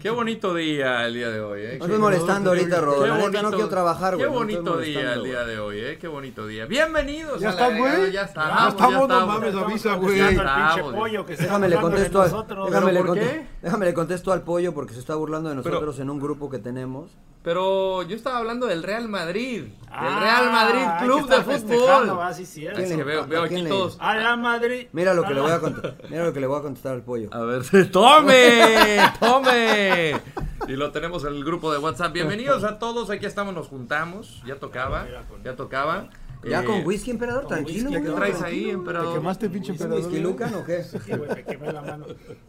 Qué bonito día el día de hoy, ¿eh? No estés molestando ahorita, Rodo. La neta, no quiero trabajar, Qué güey. No estés bonito día el molestando, día güey. de hoy, ¿eh? Qué bonito día. Bienvenidos. ¿Ya a la está, Vegana, güey? Ya estamos, Ya estamos, no estamos. mames, Ya avisa, estamos, güey. ya Estamos, estamos. Déjame le contesto, al, déjame, le ¿Pero por conte- qué? déjame le contesto al pollo porque se está burlando de nosotros en un grupo que tenemos. Pero yo estaba hablando del Real Madrid. Ah, Del Real Madrid hay que Club de estar festejando, Fútbol. ah, sí, sí, Es es. Ah. que veo, ¿A veo aquí quién le- todos. A la Madrid. Ah, Mira lo que le voy a contar. Ah. Mira lo que le voy a contestar al pollo. A ver, tome, tome. Y lo tenemos en el grupo de WhatsApp. Bienvenidos a todos, aquí estamos, nos juntamos. Ya tocaba, ya tocaba. Ya Eh, con whisky, emperador, tranquilo. ¿Qué güey, traes tranquilo. ahí, emperador? Te quemaste, pinche emperador. ¿Whisky Lucan o qué? Sí, güey, me quemé la mano.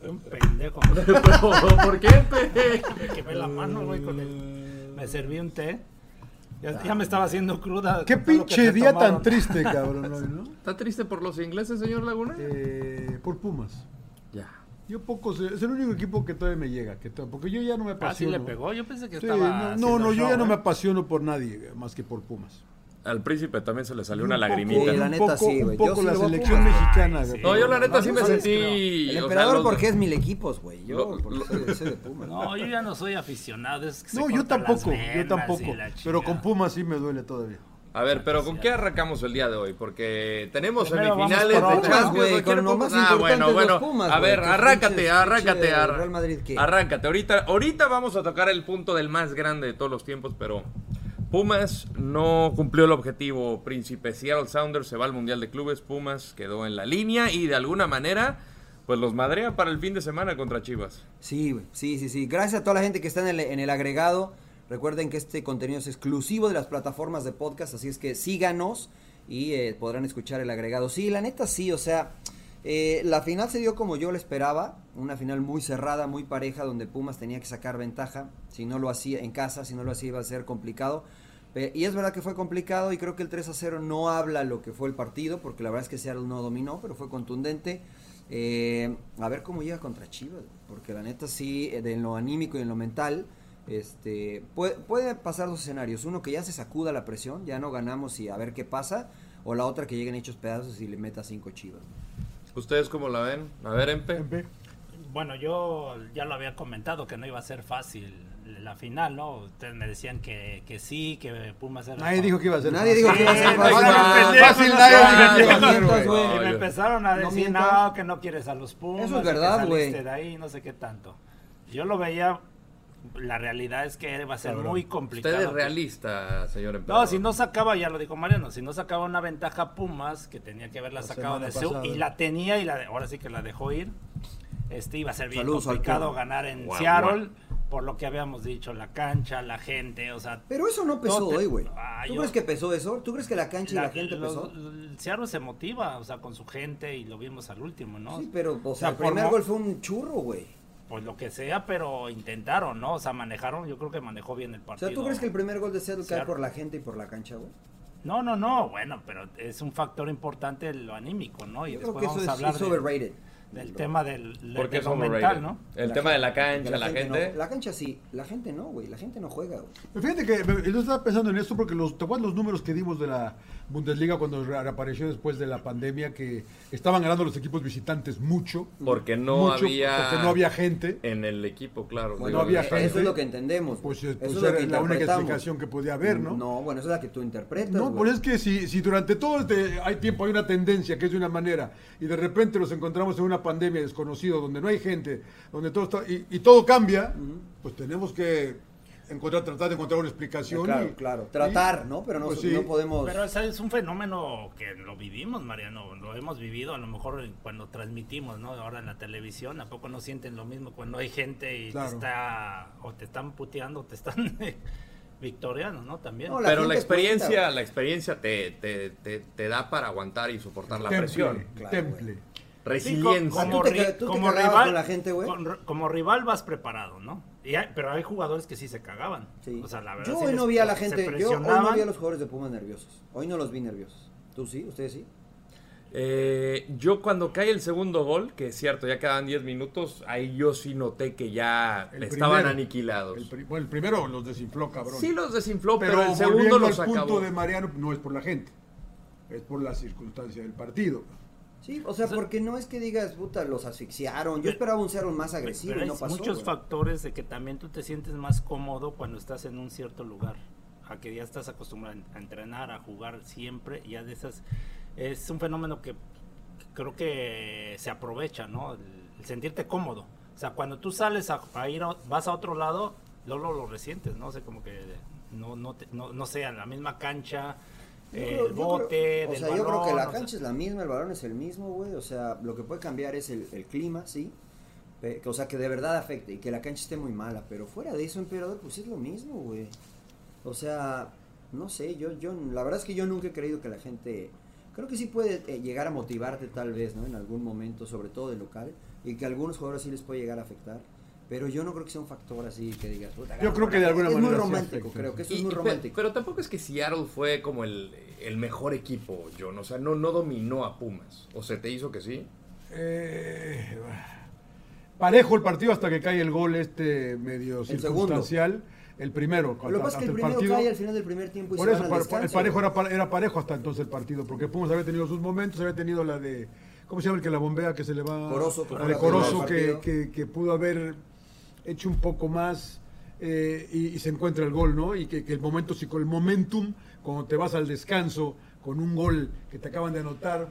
Un pendejo. Pero, ¿Por qué? pe? Me quemé la mano, güey, con el... Me serví un té. Ya, ya me estaba haciendo cruda. Qué con todo lo que pinche me día tan tomaron. triste, cabrón, hoy, ¿no? ¿Está triste por los ingleses, señor Laguna? Eh, por Pumas. Ya. Yo poco sé, es el único equipo que todavía me llega, que to- porque yo ya no me Ah, sí apasiono. le pegó. Yo pensé que Sí, estaba. no, haciendo no, no, yo show, ¿eh? ya no me güey. apasiono por nadie eh, más que por Pumas. Al príncipe también se le salió Un una poco- lagrimita. Sí, la un neta poco- sí, güey. Un Yo poco sí la le voy a selección Pumas. mexicana. güey. No, yo la neta sí me No, no, sentí... El o sea, emperador los- porque es mil equipos, güey. Yo Lo- porque lo- soy, soy de Pumas. No, yo ya no soy aficionado. es que se No, yo cortan las tampoco, yo venas tampoco. y la Pero con chingada. Pumas sí me duele todavía. A ver, pero ¿con qué arrancamos el día de hoy? Porque tenemos Primero vamos semifinales por de Pumas, Champions. güey, ¿no? ¿Quiere con lo más Pumas? Ah, importante bueno, los bueno. Pumas, a güey, ver, que arráncate, pinche- arráncate, pinche arr- Real Madrid, ¿qué? arráncate. Ahorita, ahorita vamos a tocar el punto del más grande de todos los tiempos, pero Pumas no cumplió el objetivo. Príncipe Seattle Sounders se va al Mundial de Clubes. Pumas quedó en la línea y de alguna manera, pues los madrea para el fin de semana contra Chivas. Sí, güey, sí, sí, sí. Gracias a toda la gente que está en el, en el agregado. Recuerden que este contenido es exclusivo de las plataformas de podcast, así es que síganos y eh, podrán escuchar el agregado. Sí, la neta sí, o sea, eh, la final se dio como yo la esperaba, una final muy cerrada, muy pareja, donde Pumas tenía que sacar ventaja. Si no lo hacía en casa, si no lo hacía iba a ser complicado. Pe- Eh, Y es verdad que fue complicado y creo que el 3 a 0 no habla lo que fue el partido, porque la verdad es que Seattle no dominó, pero fue contundente. Eh, a ver cómo llega contra Chivas, güey, porque la neta sí, eh, de- en lo anímico y en lo mental, este, puede, puede pasar dos escenarios. Uno que ya se sacuda la presión, ya no ganamos y a ver qué pasa, o la otra que lleguen hechos pedazos y le meta cinco Chivas. ¿Ustedes cómo la ven? A ver, Empe. Empe. Bueno, yo ya lo había comentado que no iba a ser fácil la final, ¿no? Ustedes me decían que, que sí, que Pumas era. Nadie dijo que iba a ser. Nadie fácil. dijo que iba a Sí, ser no seas fácil. pendejo, Fácil no nadie seas- dijo que iba a ser, no güey. mientas, güey. Y Ah, me empezaron a No decir, mientas. no, que no quieres a los Pumas. Eso es y que verdad, saliste güey. de ahí, no sé qué tanto. Yo lo veía, la realidad es que va a ser muy complicado. Usted es realista, señor Empe. No, si no sacaba, ya lo dijo Mariano, si no sacaba una ventaja Pumas, que tenía que haberla sacado semana de su, pasada. y la tenía, y la de- ahora sí que la dejó ir, este iba a ser bien Saludos al complicado Puma. ganar en Guau, Seattle, por lo que habíamos dicho, la cancha, la gente, o sea, Pero eso no pesó No te- hoy, güey. Ah, ¿Tú yo- crees que pesó eso? ¿Tú crees que la cancha y la la- gente los- pesó? el Seattle se motiva, o sea, con su gente, y lo vimos al último, ¿no? Sí, pero, o sea, O sea, el por primer mo- gol fue un churro, güey. Pues lo que sea, pero intentaron, ¿no? O sea, manejaron, yo creo que manejó bien el O partido. sea, ¿tú crees que el primer gol de Seattle cae Seattle. por la gente y por la cancha, güey? No, no, no, bueno, pero es un factor importante lo anímico, ¿no? Y Yo creo después que eso pues vamos a es, hablar es de- overrated. del Lo- tema del, Porque del es documental, overrated. ¿no? El La tema de la gente- cancha, la no- gente. la cancha sí, la gente no, güey. La gente no juega, güey. Fíjate que me- yo estaba pensando en esto porque los, ¿te acuerdas los números que dimos de la Bundesliga cuando re- reapareció después de la pandemia que estaban ganando los equipos visitantes mucho? Porque no mucho, había- Porque no había gente. En el equipo, claro. Bueno, digo, eh, no había en- gente. Eso es lo que entendemos. güey. Pues, eh, Eso pues, es lo era que la única interpretamos. explicación que podía haber, ¿no? No, bueno, esa es la que tú interpretas. No, güey. pues es que si, si durante todo este hay tiempo hay una tendencia que es de una manera y de repente nos encontramos en una pandemia desconocida donde no hay gente, donde todo está y, y todo cambia, pues tenemos que encontrar tratar de encontrar una explicación. Claro, y- claro. y- Tratar, ¿no? Pero no, pues sí. no podemos. Pero ese es un fenómeno que lo vivimos, Mariano, lo hemos vivido a lo mejor cuando transmitimos, ¿no? Ahora en la televisión, ¿a poco no sienten lo mismo cuando hay gente y Claro. te está, o te están puteando, te están victoriando, ¿no? También. No, la Pero la gente experiencia, cuenta, güey. la experiencia te, te, te, te da para aguantar y soportar la temple, presión. Claro, temple. Sí, co- Resiliencia. ¿Tú te ca- ri- tú te cagabas con la gente, güey? con r- como rival vas preparado, ¿no? Y hay- pero hay jugadores que sí se cagaban. Sí. O sea, la verdad, yo sí hoy les- no vi a la se gente. Yo hoy no presionaban. vi a los jugadores de Pumas nerviosos. Hoy no los vi nerviosos. ¿Tú sí? ¿Ustedes sí? Eh, yo cuando cae el segundo gol, que es cierto, ya quedaban 10 minutos, ahí yo sí noté que ya El estaban primero. aniquilados. El, pri- bueno, el primero los desinfló, cabrón. sí los desinfló, pero, pero el volviendo segundo los al punto acabó. de Mariano no es por la gente, es por la circunstancia del partido. Sí, o sea, Pues porque no es que digas, puta, los asfixiaron. Yo esperaba un Seattle más agresivo Pero y no hay pasó. muchos güey. factores de que también tú te sientes más cómodo cuando estás en un cierto lugar, a que ya estás acostumbrado a entrenar, a jugar siempre, ya de esas es un fenómeno que creo que se aprovecha, ¿no? El, el sentirte cómodo. O sea, cuando tú sales a, a ir, a- vas a otro lado, luego lo, lo resientes, ¿no? O sea, como que no, no, te- no, no sé, a la misma cancha, Yo eh, creo- el yo bote, creo- del O sea, yo creo que balón, la o sea, cancha es la misma, el balón es el mismo, güey. O sea, lo que puede cambiar es el, el clima, sí. Pe- que- O sea, que de verdad afecte y que la cancha esté muy mala. Pero fuera de eso, emperador, pues es lo mismo, güey. O sea, no sé, yo, yo, la verdad es que yo nunca he creído que la gente. Creo que sí puede eh, llegar a motivarte tal vez, ¿no? En algún momento, sobre todo de local, y que a algunos jugadores sí les puede llegar a afectar. Pero yo no creo que sea un factor así que digas, "Puta, Yo creo que de alguna es manera sí muy romántico, afecta, creo que eso es Y- muy pe- romántico. Pero, tampoco es que Seattle fue como el, el mejor equipo, John. O sea, no, no dominó a Pumas. ¿O se te hizo que sí? Eh, parejo el partido hasta que cae el gol este medio circunstancial. El primero. Lo que pasa es hasta que el primero cae al final del primer tiempo y Por se eso, van al pa- Pues descanso. el parejo era, pa- era parejo hasta entonces el partido, porque Pumas había tenido sus momentos, había tenido la de, ¿cómo se llama el que la bombea que se le va? Corozo, que la fue de la Corozo, primera que, del que, que pudo haber hecho un poco más eh, y, y se encuentra el gol, ¿no? Y que, que el momento, si con el momentum, cuando te vas al descanso con un gol que te acaban de anotar,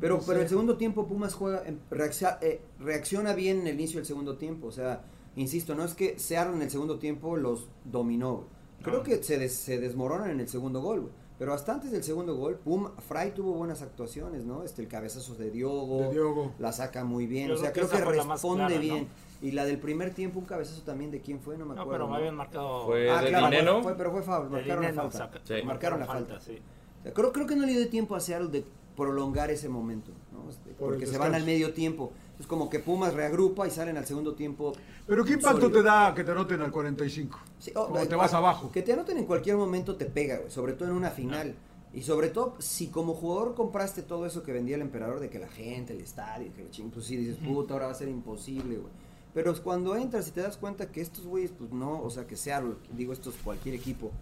Pero, No pero sé. el segundo tiempo Pumas juega, en- reacciona, eh, reacciona bien en el inicio del segundo tiempo. O sea, insisto, no es que Seattle en el segundo tiempo los dominó. Creo No. que se, des- se desmoronan en el segundo gol, güey. Pero hasta antes del segundo gol, Pum, Fry tuvo buenas actuaciones, ¿no? Este, el cabezazo de Diogo, De Diogo. la saca muy bien. Yo o sea, creo creo que que, esa fue la más responde clara, ¿no? bien. Y la del primer tiempo, un cabezazo también de quién fue, no me No, acuerdo. pero me ¿no? habían marcado... Fue Ah, de claro, Dineno. fue- fue- pero fue foul, de marcaron Dineno, la falta. saca- Sí. Marcaron la falta. sí. O sea, Creo, creo que no le dio tiempo a Seattle de prolongar ese momento, ¿no? Este, Por el porque se van descanso. al medio tiempo. Es como que Pumas reagrupa y salen al segundo tiempo. pero ¿qué impacto sólido. te da que te anoten al 45? Sí, oh, cuando eh, te vas abajo. Que te anoten en cualquier momento te pega, güey, sobre todo en una final. Y sobre todo, si como jugador compraste todo eso que vendía el emperador, de que la gente, el estadio, que la ching, pues sí dices, puta, ahora va a ser imposible, güey. Pero es cuando entras y te das cuenta que estos güeyes, pues no, o sea, que Seattle, digo, estos cualquier equipo,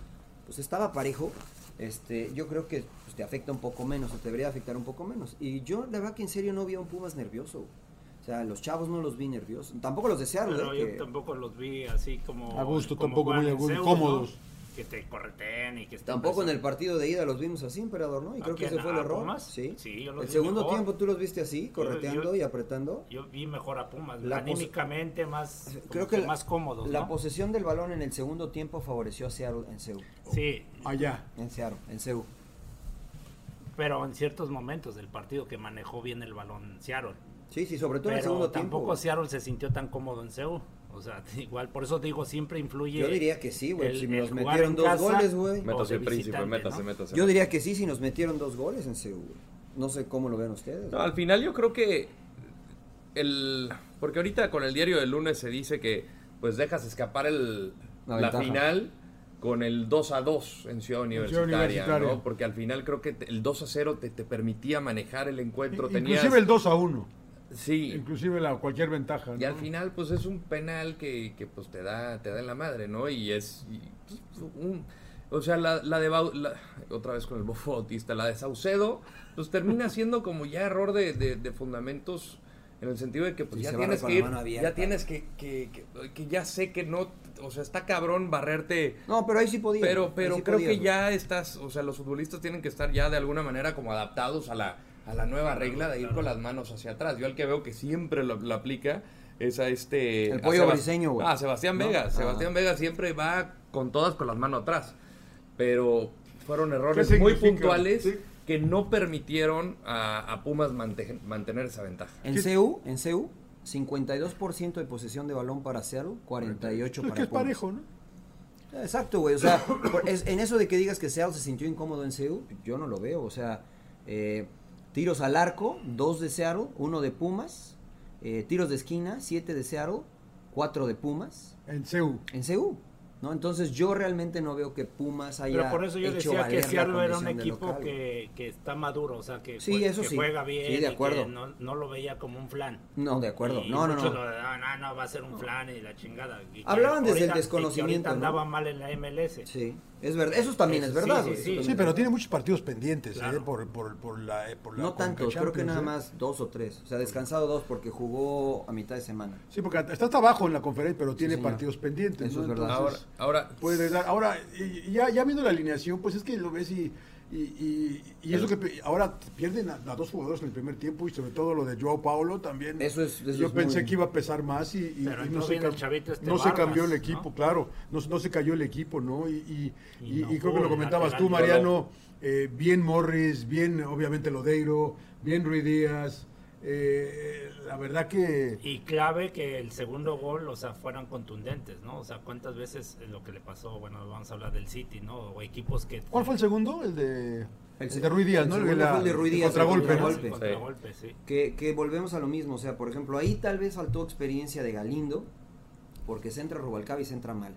pues estaba parejo, este, yo creo que pues, te afecta un poco menos, o te debería afectar un poco menos. Y yo, la verdad que en serio no vi a un Pumas nervioso, güey. O sea, los chavos no los vi nerviosos. Tampoco los de Seattle, Pero ¿eh? yo que- tampoco los vi así como. A gusto, como tampoco juegan muy a en gusto, Seúl, cómodos. ¿no? Que te correten y que estén pues, Tampoco en el presionando. partido de ida los vimos así, emperador, ¿no? Y ¿A creo que quién? ese fue el ¿A error. Pumas? Sí. Sí, yo los el vi segundo mejor. tiempo tú los viste así, correteando yo- y apretando. Yo vi mejor a Pumas, La pos- anímicamente más, como Creo que la- más cómodos. La ¿no? posesión del balón en el segundo tiempo favoreció a Seattle en Seúl. Sí, Allá. En Seattle, en Seúl. pero en ciertos momentos del partido que manejó bien el balón Seattle. Sí, sí, sobre todo en el Pero segundo tampoco tiempo. Seattle se sintió tan cómodo en Seúl. O sea, igual, por eso digo, siempre influye. Yo diría que sí, güey, el- si nos el jugar metieron en dos casa goles, güey. o Métase, de príncipe, visitante, métase, ¿no? métase. Yo métase. diría que sí, si nos metieron dos goles en Seúl. güey. No sé cómo lo ven ustedes. No, güey. al final yo creo que el porque ahorita con el diario del lunes se dice que pues dejas escapar el la, La ventaja. final con el 2 a 2 en Ciudad Universitaria, Universitaria. ¿no? Porque al final creo que te- el 2 a 0 te, te permitía manejar el encuentro, tenías Inclusive el 2 a 1. Sí. Inclusive la cualquier ventaja. Y al ¿no? final, pues es un penal que, que, pues te da, te da en la madre, ¿no? Y es y, pues, un- o sea, la, la de Bau- la- otra vez con el bofo Bautista, la de Saucedo, pues termina siendo como ya error de, de- de fundamentos en el sentido de que pues Sí, ya se barre tienes con que la ir, mano abierta. ya tienes que, que, que- que ya sé que no, o sea, está cabrón barrerte No, pero ahí sí podía. ahí pero, sí pero creo podía, que güey. ya estás, o sea, los futbolistas tienen que estar ya de alguna manera como adaptados a la, a la nueva regla de ir con las manos hacia atrás. Yo al que veo que siempre lo, lo aplica es a este... El a pollo Sebas- briseño, güey. Ah, Sebastián ¿No? Vega. Ah. Sebastián Vega siempre va con todas con las manos atrás. Pero fueron errores ¿Qué muy significa? puntuales Sí. que no permitieron a, a Pumas mante- mantener esa ventaja. En CU, en CU, 52% de posesión de balón para Seattle, 48 Pues Es para que es Pumas. parejo, ¿no? Exacto, güey. O sea, por- es- en eso de que digas que Seattle se sintió incómodo en Seúl, yo no lo veo. O sea, eh, tiros al arco, dos de Seattle, uno de Pumas, eh, tiros de esquina, siete de Seattle, cuatro de Pumas. En CEU. En Seúl. ¿no? Entonces yo realmente no veo que Pumas haya Pero por eso yo hecho decía que valer la Seattle era condición un de equipo local. que, que está maduro, o sea, que, Sí, jue- eso que sí. juega bien. Sí, de y que acuerdo. no, no lo veía como un flan. No, de acuerdo. Y No, no, muchos no. lo- no, no, no, va a ser un flan y la chingada. Y que Hablaban desde el ahorita- y que desconocimiento, ahorita ¿no? andaba mal en la MLS. Sí, es verdad. Eso también Eso es sí, verdad. sí, güey. sí. Eso también Sí, pero es verdad. tiene muchos partidos pendientes, ¿eh? Claro. Por, por- por la, eh, por la No Conca tantos, creo que Champions, nada ¿eh? más dos o tres. O sea, descansado dos porque jugó a mitad de semana. Sí, porque está hasta abajo en la conferencia, pero tiene señor. partidos pendientes. Eso ¿no? es verdad. Ahora, Entonces, ahora puede dar- Ahora, y- y ya, ya viendo la alineación, pues es que lo ves y, y, y- y eso que pe- ahora pierden a, a dos jugadores en el primer tiempo y sobre todo lo de Joao Paulo también. Eso es- eso Yo es pensé muy- que iba a pesar más y, y- Pero y entró bien ca- el chavito este no se Vargas, cambió el ¿no? equipo, claro. No, no se cayó el equipo, ¿no? Y, y- Y y- no y creo que jugó lo el comentabas tú, lateral. Mariano. eh, bien Morris, bien obviamente Lodeiro, bien Rui Díaz. eh, la verdad que... Y clave que el segundo gol, o sea, fueran contundentes, ¿no? O sea, cuántas veces lo que le pasó, bueno, vamos a hablar del City, ¿no? O equipos que... ¿Cuál fue el segundo? El de, el se- de Ruiz Díaz, ¿no? el segundo la- fue el de Ruiz el Díaz, el Contragolpe. ¿no? contragolpe. Contragolpe, sí. Que, que volvemos a lo mismo, o sea, por ejemplo, ahí tal vez faltó experiencia de Galindo, porque se entra Rubalcaba y se entra mal.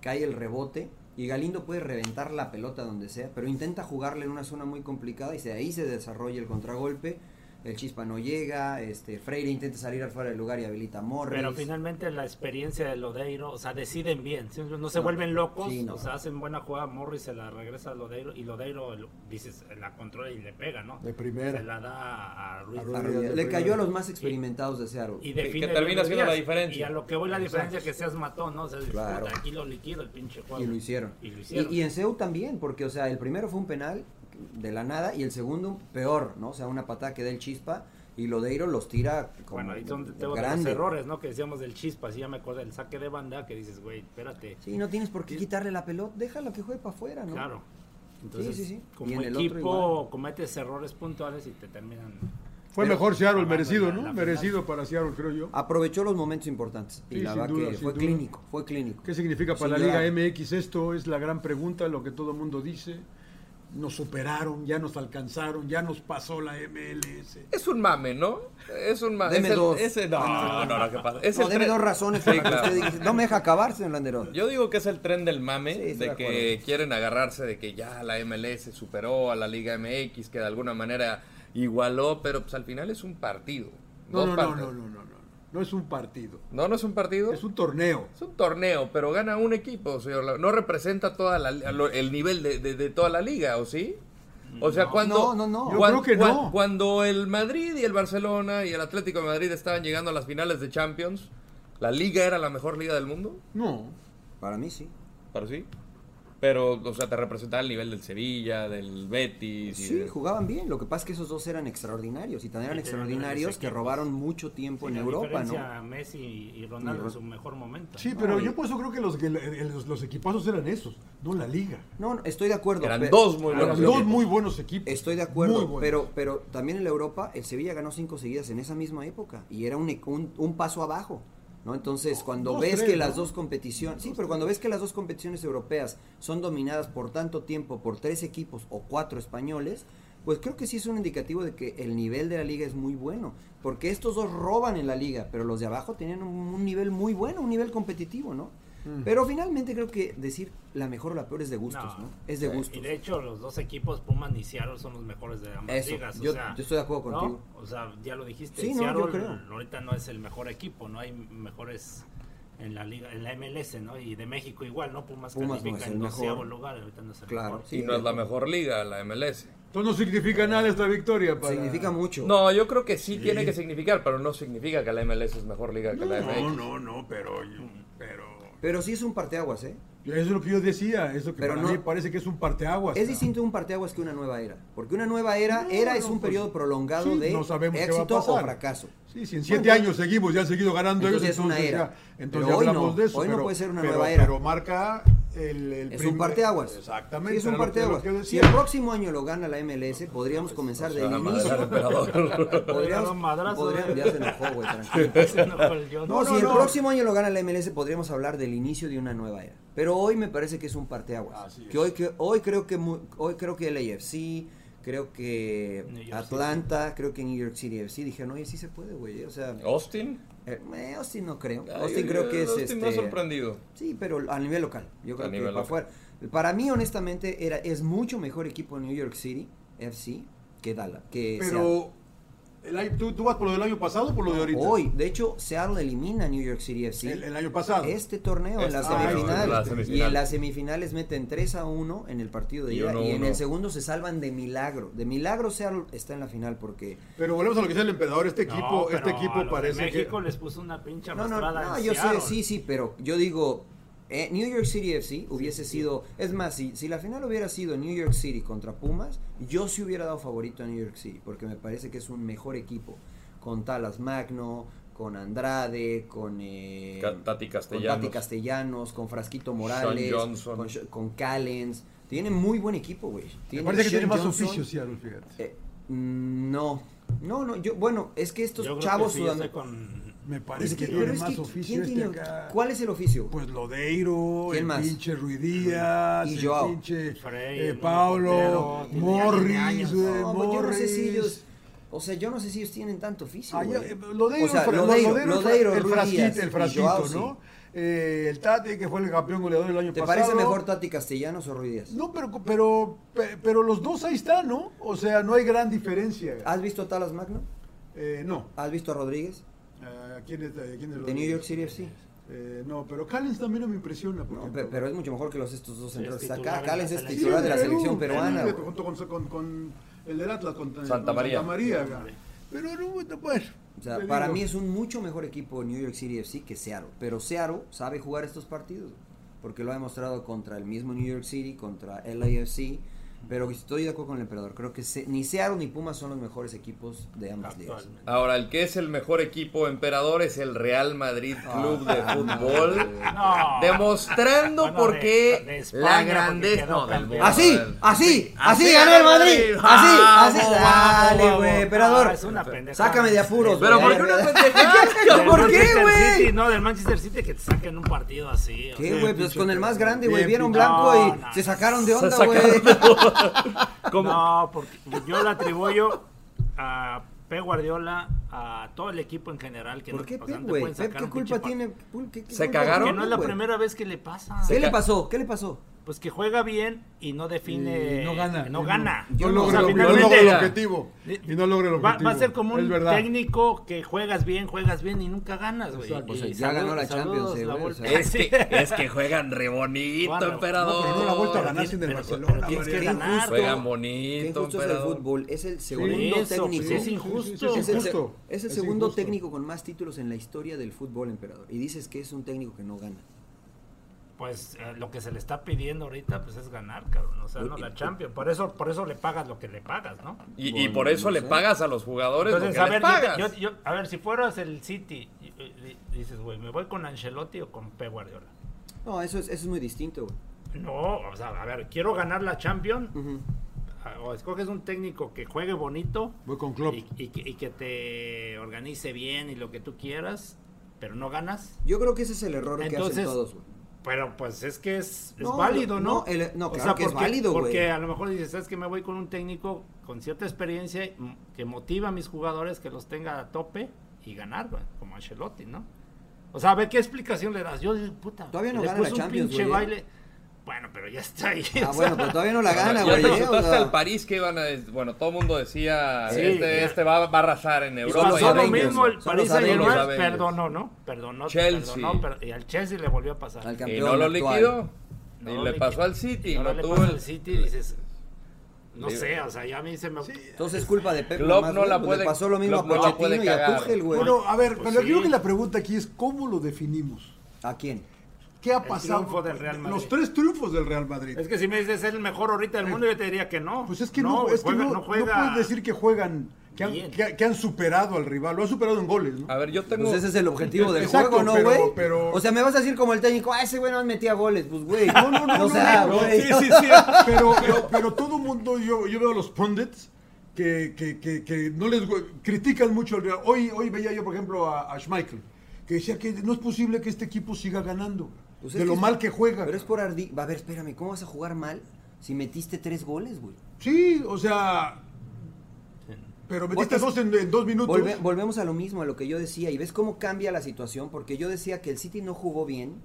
Cae el rebote y Galindo puede reventar la pelota donde sea, pero intenta jugarle en una zona muy complicada y se, ahí se desarrolla el contragolpe. El Chispa no llega, este Freire intenta salir al fuera del lugar y habilita a Morris. Pero finalmente la experiencia de Lodeiro, o sea, deciden bien, ¿sí? no se No. vuelven locos, Sí, no. o sea, hacen buena jugada, Morris se la regresa a Lodeiro y Lodeiro, el- dices, la controla y le pega, ¿no? De Se primera. la da a Ruiz. A Ah, Ruiz. Ruiz- le cayó a los más experimentados de Seattle. Y define que termina bien siendo Díaz. la diferencia. Y a lo que voy la diferencia es que seas matón, ¿no? O sea, dices, Claro. puta, aquí lo liquido el pinche juego. Y lo hicieron. Y lo hicieron. Y, y en Seúl también, porque, o sea, el primero fue un penal de la nada y el segundo peor, ¿no? O sea, una patada que da el chispa y Lodeiro los tira como Bueno, ahí es donde tengo los grande. errores, ¿no? Que decíamos del chispa, sí, ya me acuerdo, el saque de banda que dices, güey, espérate. Sí, no tienes por qué quitarle la pelota, déjala que juegue para afuera, ¿no? Claro. Entonces, Sí, sí, sí. Y como en el otro equipo igual. cometes errores puntuales y te terminan. Fue Pero- mejor Seattle, merecido, la- ¿no? la merecido para Seattle, creo yo. Aprovechó los momentos importantes. Y Sí, la sin verdad duda, que sin fue duda. clínico, fue clínico. ¿Qué significa para Sin la duda. Liga MX esto? Es la gran pregunta, lo que todo el mundo dice. Nos superaron, ya nos alcanzaron, ya nos pasó la MLS. Es un mame, ¿no? Es un mame. Deme es el- dos. ese- no, no, no, ¿qué pasa? Es No, el deme tren- dos razones Sí, para que claro. usted diga, no me deja acabar, señor Landerón. Yo digo que es el tren del mame, Sí, estoy de de que quieren agarrarse de que ya la MLS superó a la Liga MX, que de alguna manera igualó, pero pues al final es un partido. No, Dos no, no, partidos. no, no, no, no. No es un partido. ¿No, no es un partido. Es un torneo. Es un torneo, pero gana un equipo, señor. Lau- No representa toda la, li- lo- el nivel de, de- de toda la liga, ¿o sí? O sea, cuando. no, no. Yo cuan- creo que cuan- no. Cuando el Madrid y el Barcelona y el Atlético de Madrid estaban llegando a las finales de Champions, ¿la liga era la mejor liga del mundo? No. Para mí sí. Para sí. Pero, o sea, te representaba el nivel del Sevilla, del Betis. y Sí, de- jugaban bien. Lo que pasa es que esos dos eran extraordinarios y tan eran Y tenían grandes extraordinarios que equipos. robaron mucho tiempo en La Europa, ¿no? diferencia, Messi y Ronaldo en su mejor momento. Sí, ¿no? pero y- yo por eso creo que los, que eh, los, los equipazos eran esos, no la liga. No, no, estoy de acuerdo. Eran pe- dos muy buenos Eran dos equipos. muy buenos equipos. Estoy de acuerdo, Muy buenos. pero, pero también en la Europa el Sevilla ganó cinco seguidas en esa misma época y era un, e- un- un paso abajo. ¿no? Entonces, cuando Oh, dos, ves tres, que ¿no? las dos competiciones, sí, pero cuando ves que las dos competiciones europeas son dominadas por tanto tiempo por tres equipos o cuatro españoles, pues creo que sí es un indicativo de que el nivel de la liga es muy bueno, porque estos dos roban en la liga, pero los de abajo tenían un, un nivel muy bueno, un nivel competitivo, ¿no? Mm. Pero finalmente creo que decir la mejor o la peor es de gustos, ¿no? No. Es de gustos. Y de hecho, los dos equipos, Pumas y Seattle, son los mejores de ambas Eso, ligas. o yo- sea, yo estoy de acuerdo ¿no? contigo. O sea, ya lo dijiste. Sí, no, Seattle yo creo. ahorita no es el mejor equipo, no hay mejores en la liga, en la MLS, ¿no? Y de México igual, ¿no? Pumas, Pumas no califica es el en doceavo mejor. lugar, ahorita no es el Claro, mejor. sí. Y no es la mejor liga, la MLS. Entonces no significa nada esta victoria. Para... Significa mucho. No, yo creo que sí, tiene que significar, pero no significa que la MLS es mejor liga que la MX. No, no, no, pero, pero... Pero sí es un parteaguas, ¿eh? Eso es lo que yo decía, eso que Pero para no- mí parece que es un parteaguas. Es ¿no? distinto un parteaguas que una nueva era. Porque una nueva era, era es no, un pues, periodo prolongado sí, de no sabemos qué va a éxito o pasar. fracaso. Sí, si en siete Bueno, pues, años seguimos, ya han seguido ganando ellos, entonces es una entonces era. ya, entonces Pero hoy hablamos no, de eso. hoy no pero- puede ser una pero- nueva era. Pero marca el, el Es un primer- parteaguas. Exactamente. Sí, es un era lo que- parteaguas. lo que yo Si decía. Pues, el próximo año lo gana la MLS, podríamos comenzar A desde la el madre del inicio. emperador. Era Podríamos, un madrazo, podríamos- ¿eh? ya se enojó, güey, tranquilo. Se enojó el John. No, No, si no, el no. próximo año lo gana la MLS, podríamos hablar del inicio de una nueva era. Pero hoy me parece que es un parteaguas. Así que hoy que hoy creo que mu- hoy creo que LAFC, creo que New York Atlanta, creo que New York City FC dijeron, "Oye, sí se puede, güey." O sea, Austin. Eh, eh, Austin no creo. Oh. Ay, Austin yo- creo que es Austin me ha este, sorprendido. Sí, pero a nivel local. Yo creo A que nivel para local. fuera. Para mí, honestamente, era, es mucho mejor equipo New York City, FC, que Dallas. Que Seattle. Pero, el año- ¿tú, tú vas por lo del año pasado o por lo de ahorita? hoy, de hecho, Seattle elimina a New York City FC. El, el año pasado. Este torneo, en Este las torneo, semifinales. en las Y en semifinales. las semifinales meten 3 a 1 en el partido de Y ida. uno a Y en uno. el segundo se salvan de milagro. De milagro Seattle está en la final porque. Pero volvemos a lo que dice el emperador. Este equipo, No, este pero a los equipo de parece México que. les puso una pinche No, no, arrastrada no, en yo sé, Seattle. sí, sí, pero yo digo. eh, New York City FC hubiese sido. Es más, si, si la final hubiera sido New York City contra Pumas, yo sí hubiera dado favorito a New York City porque me parece que es un mejor equipo. Con Talas Magno, con Andrade, con. eh, Ca- Tati Con Tati Castellanos. Castellanos, con Frasquito Morales, Sean Johnson. Con, Sh- con Callens. Tiene muy buen equipo, güey. Me Tiene parece que Sean tiene más Johnson. oficio, Seattle, fíjate. Eh, mm, no, no, no. Yo, bueno, es que estos Yo creo chavos que sí, ya sé sudan- con- Me Es parece que- que, pero tiene es más que, oficio ¿quién este tiene- acá. ¿Cuál es el oficio? Pues Lodeiro, ¿Quién el más? pinche Ruidías, Y el Joao. pinche Frey, eh, el Pablo, portero, tiene ya Morris, tiene años, eh, No, pues Morris. yo no sé si ellos. O sea, yo no sé si ellos tienen tanto oficio. Ah, ya, güey. eh, Lodeiro, o sea, Fra- Lodeiro, Lodeiro, Lodeiro, el Ruiz Díaz frasquito, el y Joao, frasquito, sí. ¿no? Eh, el Tate, que fue el campeón goleador el año ¿Te pasado. parece mejor Tati Castellanos o Ruiz Díaz? No, pero, pero, pe- pero los dos ahí están, ¿no? O sea, no hay gran diferencia. ¿Has visto a Talas Magno? Eh, no. ¿Has visto a Rodríguez? Eh, ¿Quién es, eh, quién es De New York City FC. Eh, no, pero Callens también no me impresiona. por No, pe- ejemplo. pero, es mucho mejor que los estos dos centrales. es Está acá, titular en Callens la es selección. titular de la Sí, selección Perú, peruana. Perú, güey. Junto con, con- con el del Atlas, con, Santa con María. acá. Pero no, bueno. O sea, te para digo, mí es un mucho mejor equipo New York City FC que Seattle. Pero Seattle sabe jugar estos partidos. Porque lo ha demostrado contra el mismo New York City, contra LAFC. Pero estoy de acuerdo con el emperador. Creo que se- ni Seattle ni Pumas son los mejores equipos de ambas ligas. Actualmente. Ahora, el que es el mejor equipo emperador es el Real Madrid Ah, Club de Fútbol. No. Demostrando Bueno, por de- qué de España, la porque grandeza. quedó no, del campeón. mundo. Así, Del- así, así Así ganó ¿Ah, el ganó el Madrid. Madrid. Así, Vamos, así. vamos, Dale, vamos. güey, emperador. Ah, es una pendejada. Sácame de apuros, Pero güey. ¿por qué una pendejada? Del ¿Por qué, Manchester City, güey? No, del Manchester City que te saquen un partido así. o ¿Qué, sea, güey? Pues con el más grande, güey. Bien, Vieron pinche- blanco No, y no. se sacaron de Se onda, güey. sacaron ¿Cómo? No, porque yo le atribuyo a P. Guardiola, a todo el equipo en general. Que ¿Por no- qué o sea, Pep, no te güey? pueden Pep, sacar ¿Qué un pinche culpa par- tiene? ¿Pul- qué- qué ¿Se culpa cagaron? Que tiene, no es la güey? primera vez que le pasa. ¿Qué Se le ca- pasó? ¿Qué le pasó? Pues que juega bien y no define. Y no gana. No Y no- gana. yo No no- O logra sea, el- no finalmente- logra el era- objetivo. Y no logra el Va, objetivo. va a ser como Es un verdad. técnico que juegas bien, juegas bien y nunca ganas, güey. Exacto. O sea, Y ya ganó la Champions, eh, la güey, o Volpe. sea. Es que, es que juegan re bonito, Bueno, emperador. No, pero no la ha vuelto a ganar Pero sin el tienes- pero- Barcelona. pero tienes María. que Qué ganar. injusto. Juegan Qué bonito, injusto es el emperador. fútbol. Es el segundo Eso, técnico. pues, es injusto. Es Es el, injusto. es el Es segundo injusto. técnico con más títulos en la historia del fútbol, emperador. Y dices que es un técnico que no gana. Pues eh, lo que se le está pidiendo ahorita pues es ganar, cabrón. O sea, no la Champions. Por eso, por eso le pagas lo que le pagas, ¿no? Y, y Bueno, por eso no le sé. pagas a los jugadores Entonces, lo a que les ver, yo, pagas. te- yo- yo- a ver, si fueras el City, y- y- y dices, güey, ¿me voy con Ancelotti o con P. Guardiola? No, eso es, eso es muy distinto, güey. No, o sea, a ver, quiero ganar la Champions. Ujú. a- O escoges un técnico que juegue bonito Voy con Klopp. y, y que, y que te organice bien y lo que tú quieras, pero no ganas. Yo creo que ese es el error que hacen Entonces, todos, güey. Pero pues es que es, es No, válido, no, ¿no? el- no, claro que es porque, válido, güey. Porque a lo mejor dices, ¿sabes que Me voy con un técnico con cierta experiencia mm, que motiva a mis jugadores que los tenga a tope y ganar, güey, como Ancelotti, ¿no? O sea, a ver qué explicación le das. Yo digo, puta, Todavía no le gana la puse un Champions, pinche güey, ¿eh? baile. Bueno, pero ya está ahí. Ah, o sea, bueno, pero todavía no la gana, Ya güey. te ¿eh? resultó O hasta sea, el París que iban a... des- Bueno, todo el mundo decía, Sí, este, ya. este va, va a arrasar en Y Europa. Solo y pasó en lo Avengers, Inglaterra. mismo el son París los Saint Avengers. Germain, Los Avengers. perdonó, ¿no? Perdonó, Chelsea. perdonó, pero- y al Chelsea le volvió a pasar. Al Y campeón no lo actual. liquidó. No y lo le liquidó. pasó al City. Y no ahora le tuvo pasa el- al City y dices, no Le- sé, o sea, ya a mí se me... Entonces es culpa de Pep. Klopp nomás, no güey, la pues Le puede- pasó lo mismo Klopp no a la Pochettino puede y a cagar. Tuchel, güey. Bueno, a ver, Pues pero sí. creo que la pregunta aquí es cómo lo definimos. ¿A quién? ¿Qué ha El pasado? triunfo del Real Madrid. Los tres triunfos del Real Madrid. Es que si me dices es el mejor ahorita del mundo, yo te diría que no. Eh, Pues es que no, es que juega- no, no puedes decir que juegan, que bien. han, que- que han superado al rival, lo han superado en goles, ¿no? A ver, yo tengo... Pues ese es el objetivo del Exacto, juego, ¿no, pero- güey? pero- O sea, me vas a decir como el técnico, ah, ese güey no metía goles, pues, güey. No, no, no, O sea, no, no, güey. sí, sí, sí, Pero, pero, pero todo mundo, yo, yo veo a los pundits que, que, que, que no les gu- critican mucho al Real. Hoy, hoy veía yo, por ejemplo, a, a Schmeichel, que decía que no es posible que este equipo siga ganando, Pues es de lo es- mal que juega. Pero es por ardi... A ver, espérame, ¿cómo vas a jugar mal si metiste tres goles, güey? Sí, o sea, Pero metiste Bueno, es- dos en, en dos minutos. Volve- volvemos a lo mismo, a lo que yo decía, y ves cómo cambia la situación, porque yo decía que el City no jugó bien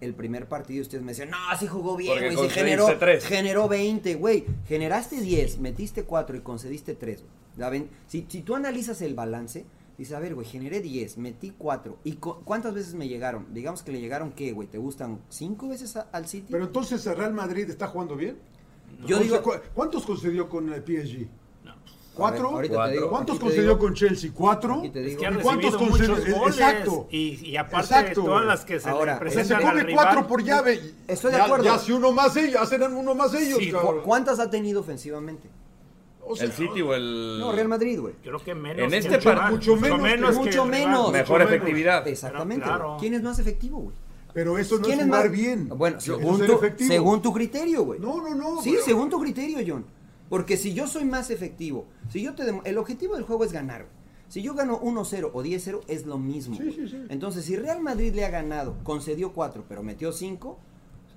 el primer partido, y ustedes me decían, no, sí jugó bien, Porque güey, sí concediste generó, tres". generó 20, güey, generaste 10, metiste 4 y concediste 3, ¿saben? Si, si tú analizas el balance, dices, a ver, güey, generé 10, metí 4, ¿y cu- cuántas veces me llegaron? Digamos que le llegaron, ¿qué, güey? ¿Te gustan 5 veces a- al City? Pero entonces el Real Madrid está jugando bien. yo digo, ¿Cu- ¿Cuántos concedió con el PSG? A ver, ¿Cuatro? ahorita Cuatro. te digo, ¿Cuántos aquí te concedió digo- con Chelsea? ¿Cuatro? aquí te Es digo. que han ¿Y cuántos recibido concedió? muchos Eh, goles. exacto. Y, y aparte Exacto. todas las que se Ahora, le O sea, se presentan al come rival. cuatro por llave. y- Estoy de ya- acuerdo. Ya si uno más ellos, hacen uno más ellos, Sí, cabrón. ¿Cu- ¿Cuántas ha tenido ofensivamente? O sea, ¿El City o el.? No, Real Madrid, güey. Creo que menos. En que este el par- rival, mucho menos que- que mucho el rival. Mejor menos. Mucho menos. efectividad. Exactamente. Pero claro. güey. ¿Quién es más efectivo, güey? Pero eso no es ¿Quién jugar bien. Bueno, Eso es según ser tu, efectivo. según tu criterio, güey. No, no, no, Sí, pero- según tu criterio, John. Porque si yo soy más efectivo, si yo te dem- el objetivo del juego es ganar. güey. Si yo gano 1-0 o 10-0 es lo mismo. Sí, güey. sí, sí. Entonces, si Real Madrid le ha ganado, concedió 4, pero metió 5,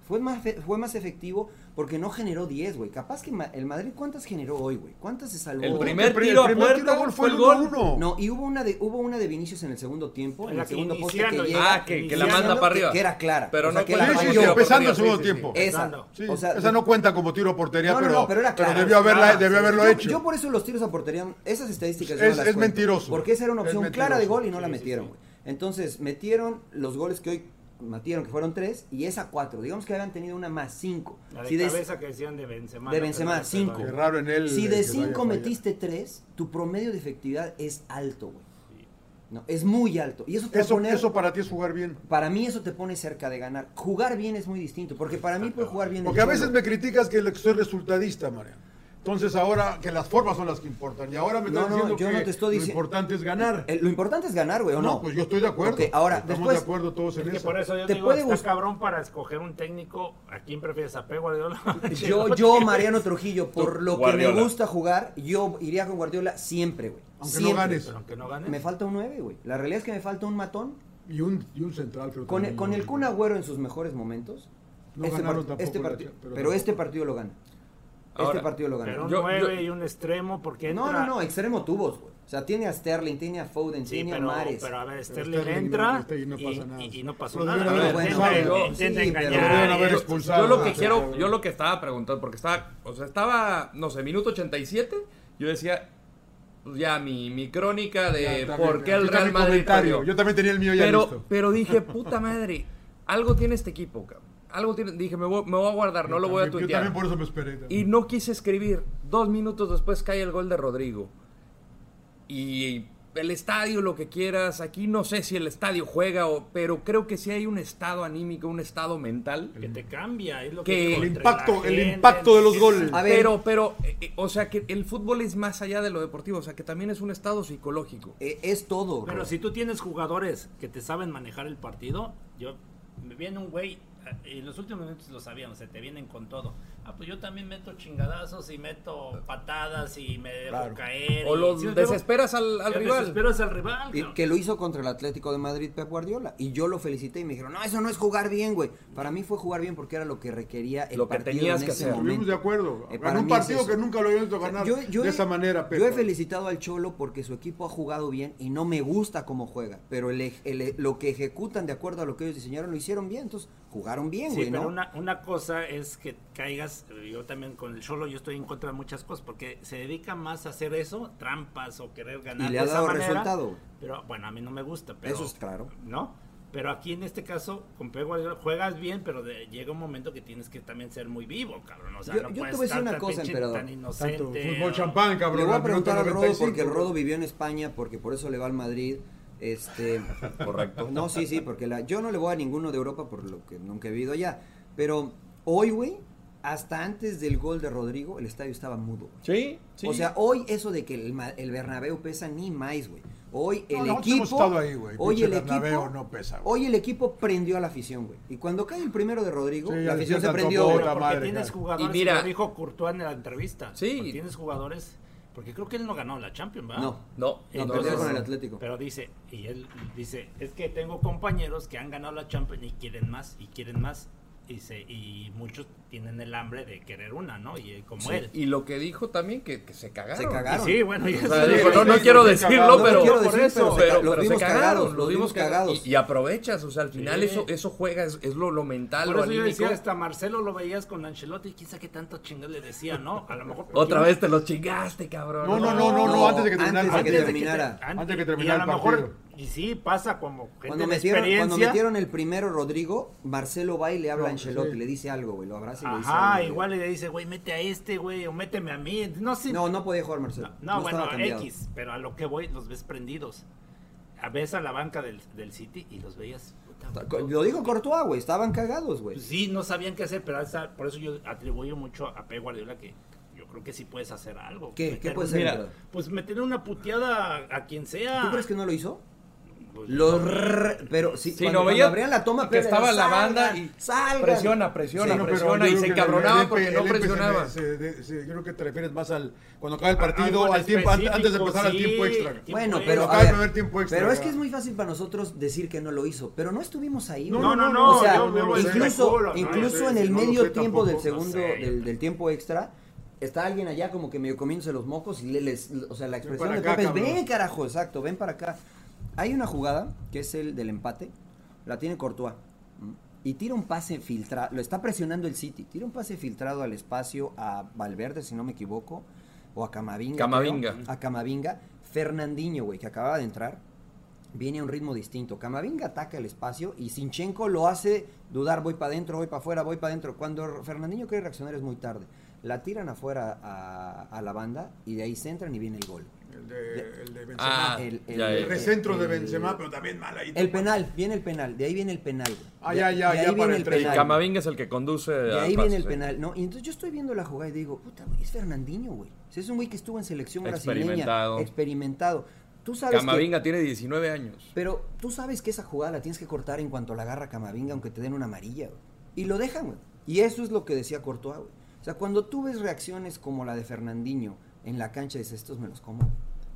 fue más fe- fue más efectivo porque no generó 10, güey. Capaz que ma- el Madrid cuántas generó hoy, güey? ¿Cuántas se salvó? El güey? primer pri- tiro a primer puerta tiro a gol fue el uno a gol. uno. No, y hubo una de hubo una de Vinicius en el segundo tiempo, en La el que segundo poste que iniciando, llega. Ah, que, que la Iniciando, manda para que- arriba. que era clara. Pero O sea, no que la cuenta falló. como Sí, sí, tiro a empezando portería, el segundo sí, sí, sí. tiempo. Esa. Sí, O sea, esa no cuenta como tiro a portería, No, no, pero, no, pero era pero clara, debió, era haberla, clara. debió haberlo yo, hecho. yo por eso los tiros a portería, esas estadísticas yo Es- no las es cuento, mentiroso. Porque esa era una Es opción mentiroso. clara de gol y no Sí, la sí, metieron, sí. güey. Entonces, metieron los goles que hoy metieron, que fueron tres, y esa cuatro. Digamos que habían tenido una más cinco. La de Si de, cabeza que decían de Benzema. de la Benzema, pelota, cinco. Qué raro en él, Si eh, de que vaya cinco a fallar. metiste tres, tu promedio de efectividad es alto, güey. No, es muy alto. Y eso te va a Eso, poner- eso para ti es jugar bien. para mí eso te pone cerca de ganar. Jugar bien es muy distinto, porque para mí puede jugar bien el Porque a Cholo. veces me criticas que le- soy resultadista, Mariano. Entonces ahora que las formas son las que importan. Y ahora me estás No, no, diciendo yo que no te estoy lo dici- importante es ganar. Eh, lo importante es ganar, güey, ¿o no? pues yo estoy de acuerdo. Ok, ahora, Estamos después- de acuerdo todos en Que eso. por eso yo Te digo, puede está gust- cabrón para escoger un técnico. ¿A quién prefieres? ¿A Pep Guardiola? Yo, yo, Mariano Trujillo, por lo que Guardiola. me gusta jugar, yo iría con Guardiola siempre, güey. Aunque Siempre. no ganes. Pero aunque no gane. Me falta un 9, güey. La realidad es que me falta un matón. Y un, y un central, creo Con el, también. con Mm. el Kun Agüero en sus mejores momentos. No ganaron part- tampoco este la parti- Champions, pero pero tampoco. este partido lo gana. Ahora, este partido lo Pero gana. un Yo- nueve yo- y un extremo porque No, entra- no, no, extremo tubos, güey. O sea, tiene a Sterling, tiene a Foden, Sí, tiene pero, a Mares. pero a ver, Sterling, Sterling entra no- y y, no pasa nada. Pues y- y no pasó Lo nada. debieron haber expulsado. intenta- intenta Sí, pero- engañar, Lo debieron haber eh, expulsado. Yo lo que Ah, quiero, cabrón. yo lo que estaba preguntando, porque estaba, o sea, estaba, no sé, minuto 87, yo decía, pues ya mi, mi crónica Ya, de está Eh, por bien, qué ya. el Yo Real también Madrid comentario, perdió. Yo también tenía el mío ya pero, listo. Pero dije, puta madre, algo tiene este equipo, cabrón. Algo tiene, dije, me voy, me voy a guardar, no lo voy a Yo también tuitear. por eso me esperé. Y no quise escribir. Dos minutos después cae el gol de Rodrigo. Y el estadio, lo que quieras. Aquí no sé si el estadio juega, o, pero creo que sí hay un estado anímico, un estado mental. que te cambia. es lo Que- que El entre impacto- la el gente, impacto de los el- goles. A ver. Pero, pero, eh, eh, o sea que el fútbol es más allá de lo deportivo, o sea que también es un estado psicológico. Eh, es todo, Pero güey. si tú tienes jugadores que te saben manejar el partido, yo me viene un güey eh, y en los últimos minutos lo sabíamos, se te vienen con todo. Ah, pues yo también meto chingadazos y meto patadas y me dejo caer. O y- lo ¿sí me explico? desesperas al, al Te rival. desesperas al rival. Y cabrón. que lo hizo contra el Atlético de Madrid Pep Guardiola. Y yo lo felicité y me dijeron, no, eso no es jugar bien, güey. Para mí fue jugar bien porque era lo que requería el Lo que partido tenías en que ese hacer. momento. Estuvimos de acuerdo. Eh, para Ganó un mí es partido eso. que nunca lo había visto ganar Yo- yo de he- esa manera, pero Yo he felicitado al Cholo porque su equipo ha jugado bien y no me gusta cómo juega. Pero el ej- el- lo que ejecutan de acuerdo a lo que ellos diseñaron lo hicieron bien. Entonces jugaron bien, Sí, güey, pero ¿no? una, una cosa es que caigas, eh, yo también con el Cholo, yo estoy en contra de muchas cosas, porque se dedica más a hacer eso, trampas o querer ganar. Y le de ha esa dado manera, resultado. Pero bueno, a mí no me gusta. Pero, Eso es claro. ¿No? Pero aquí en este caso, con Pep Guardiola, juegas bien, pero de- llega un momento que tienes que también ser muy vivo, cabrón. O sea, Yo- no yo te puedes voy a decir estar una tan cosa, pinche emperador. tan inocente. Tanto o- fútbol champán, cabrón. Le voy a al minuto preguntar al Rodo 95. porque el Rodo vivió en España porque por eso le va al Madrid. Este, Correcto. No, sí, sí, porque la, yo no le voy a ninguno de Europa por lo que nunca he vivido allá. Pero hoy, güey, hasta antes del gol de Rodrigo, el estadio estaba mudo. Sí, sí. O sea, hoy eso de que el, Ma- el Bernabéu pesa ni más, güey. Hoy el No, nosotros equipo. hemos estado ahí, güey. Hoy Pinche el Bernabéu equipo. no pesa, güey. hoy el equipo prendió a la afición, güey. Y cuando cae el primero de Rodrigo, Sí, ya la afición se decían, prendió. tampoco, güey. Pero porque madre, tienes cara. jugadores, Y mira- lo dijo Courtois en la entrevista. Sí. porque Tienes jugadores, porque creo que él no ganó la Champions, ¿verdad? No. no, No, no, perdió no, con no. el Atlético. Pero dice, y él dice, es que tengo compañeros que han ganado la Champions y quieren más, y quieren más. y, se, y muchos tienen el hambre de querer una, ¿no? Y eh, como Sí, él. y lo que dijo también, que, que se cagaron. Se cagaron. sí, bueno, y O eso sea, es- dijo, no, no sí, quiero sí, decirlo, no pero, quiero por decirlo, eso, pero se pero, ca- los pero vimos se cagados, cagaron, los los vimos vimos cagados. cagados. Y, y aprovechas, o sea, al final Sí. eso eso juega, es, es lo, lo mental, Por lo eso yo anímico. decía, hasta Marcelo lo veías con Ancelotti, quién sabe qué tanto chingado le decía, ¿no? A lo mejor... Otra vez te los chingaste, cabrón. No, no, no, no, no, antes de que terminara el antes de que partido. terminara. Antes, Antes de que y a terminara lo el mejor, partido. y sí, pasa como gente Cuando de metieron, experiencia. cuando metieron el primero Rodrigo, Marcelo va y le habla a Ancelotti, le dice algo, güey, lo abraza y le dice algo. Ajá, güey. igual le dice, güey, mete a este, güey, o méteme a mí. No sé. No, no podía jugar Marcelo. No, no, bueno, estaba cambiado. X, pero a lo que voy, los ves prendidos. A ves a la banca del, del City y los veías. puta, Co- Lo dijo Courtois, güey, estaban cagados, güey. pues sí, no sabían qué hacer, pero esa- por eso yo atribuyo mucho a Pep Guardiola que yo creo que sí puedes hacer algo. ¿Qué? Meter ¿Qué puedes un- hacer, Mira, Ricardo? pues meter una puteada a, a quien sea. ¿Tú crees que no lo hizo? Pues, Los rrr- pero sí, Sí, no, cuando, cuando veía abrían la toma que Pep era, estaba la "Salgan, banda y salgan". presiona, presiona, Sí, No, pero yo presiona y creo se que encabronaban el EP- porque no el EP se- presionaban. se- de- se- yo creo que te refieres más al cuando acaba el Ah, Algo partido, en al tiempo, an- específico, antes de empezar al sí. tiempo extra. Tiempo Bueno, extra. pero Acaba a el ver, primer tiempo extra, pero es que ¿verdad? es muy fácil para nosotros decir que no lo hizo, pero no estuvimos ahí. No, güey. No, no, no, o sea, yo veo el incluso, reculo, no, incluso no en sé, el no lo medio sé tiempo del tampoco, segundo, no sé. del, del tiempo extra, está alguien allá como que medio comiéndose los mocos y le- les, o sea, la expresión para de acá, Pepe es, cabrón. ven carajo, exacto, ven para acá. Hay una jugada que es el del empate, la tiene Courtois. ¿m? Y tira un pase filtrado, lo está presionando el City, tira un pase filtrado al espacio a Valverde, si no me equivoco, o a Camavinga. creo. Camavinga. A Camavinga. Fernandinho, güey, que acababa de entrar, viene a un ritmo distinto. Camavinga ataca el espacio y Sinchenko lo hace dudar, voy para adentro, voy para afuera, voy para adentro. Cuando Fernandinho quiere reaccionar es muy tarde. La tiran afuera a, a la banda y de ahí se entran y viene el gol. El de, el de Benzema. Ah, ya, el ya. recentro de el- Benzema, pero también mal ahí. El penal, viene el penal, de ahí viene el penal. güey. Ah, De- ya, ya, de ahí ya viene para el entre- Y penal. Camavinga es el que conduce. De a ahí viene pases, el ¿eh? penal, ¿no? Y entonces yo estoy viendo la jugada y digo, puta, güey, es Fernandinho, güey. O sea, Es un güey que estuvo en selección brasileña. Experimentado. Experimentado. Tú sabes que- Camavinga tiene 19 años. Pero tú sabes que esa jugada la tienes que cortar en cuanto la agarra Camavinga, aunque te den una amarilla, güey. Y lo dejan, güey. Y eso es lo que decía Courtois, güey. O sea, cuando tú ves reacciones como la de Fernandinho en la cancha, dices, estos me los como.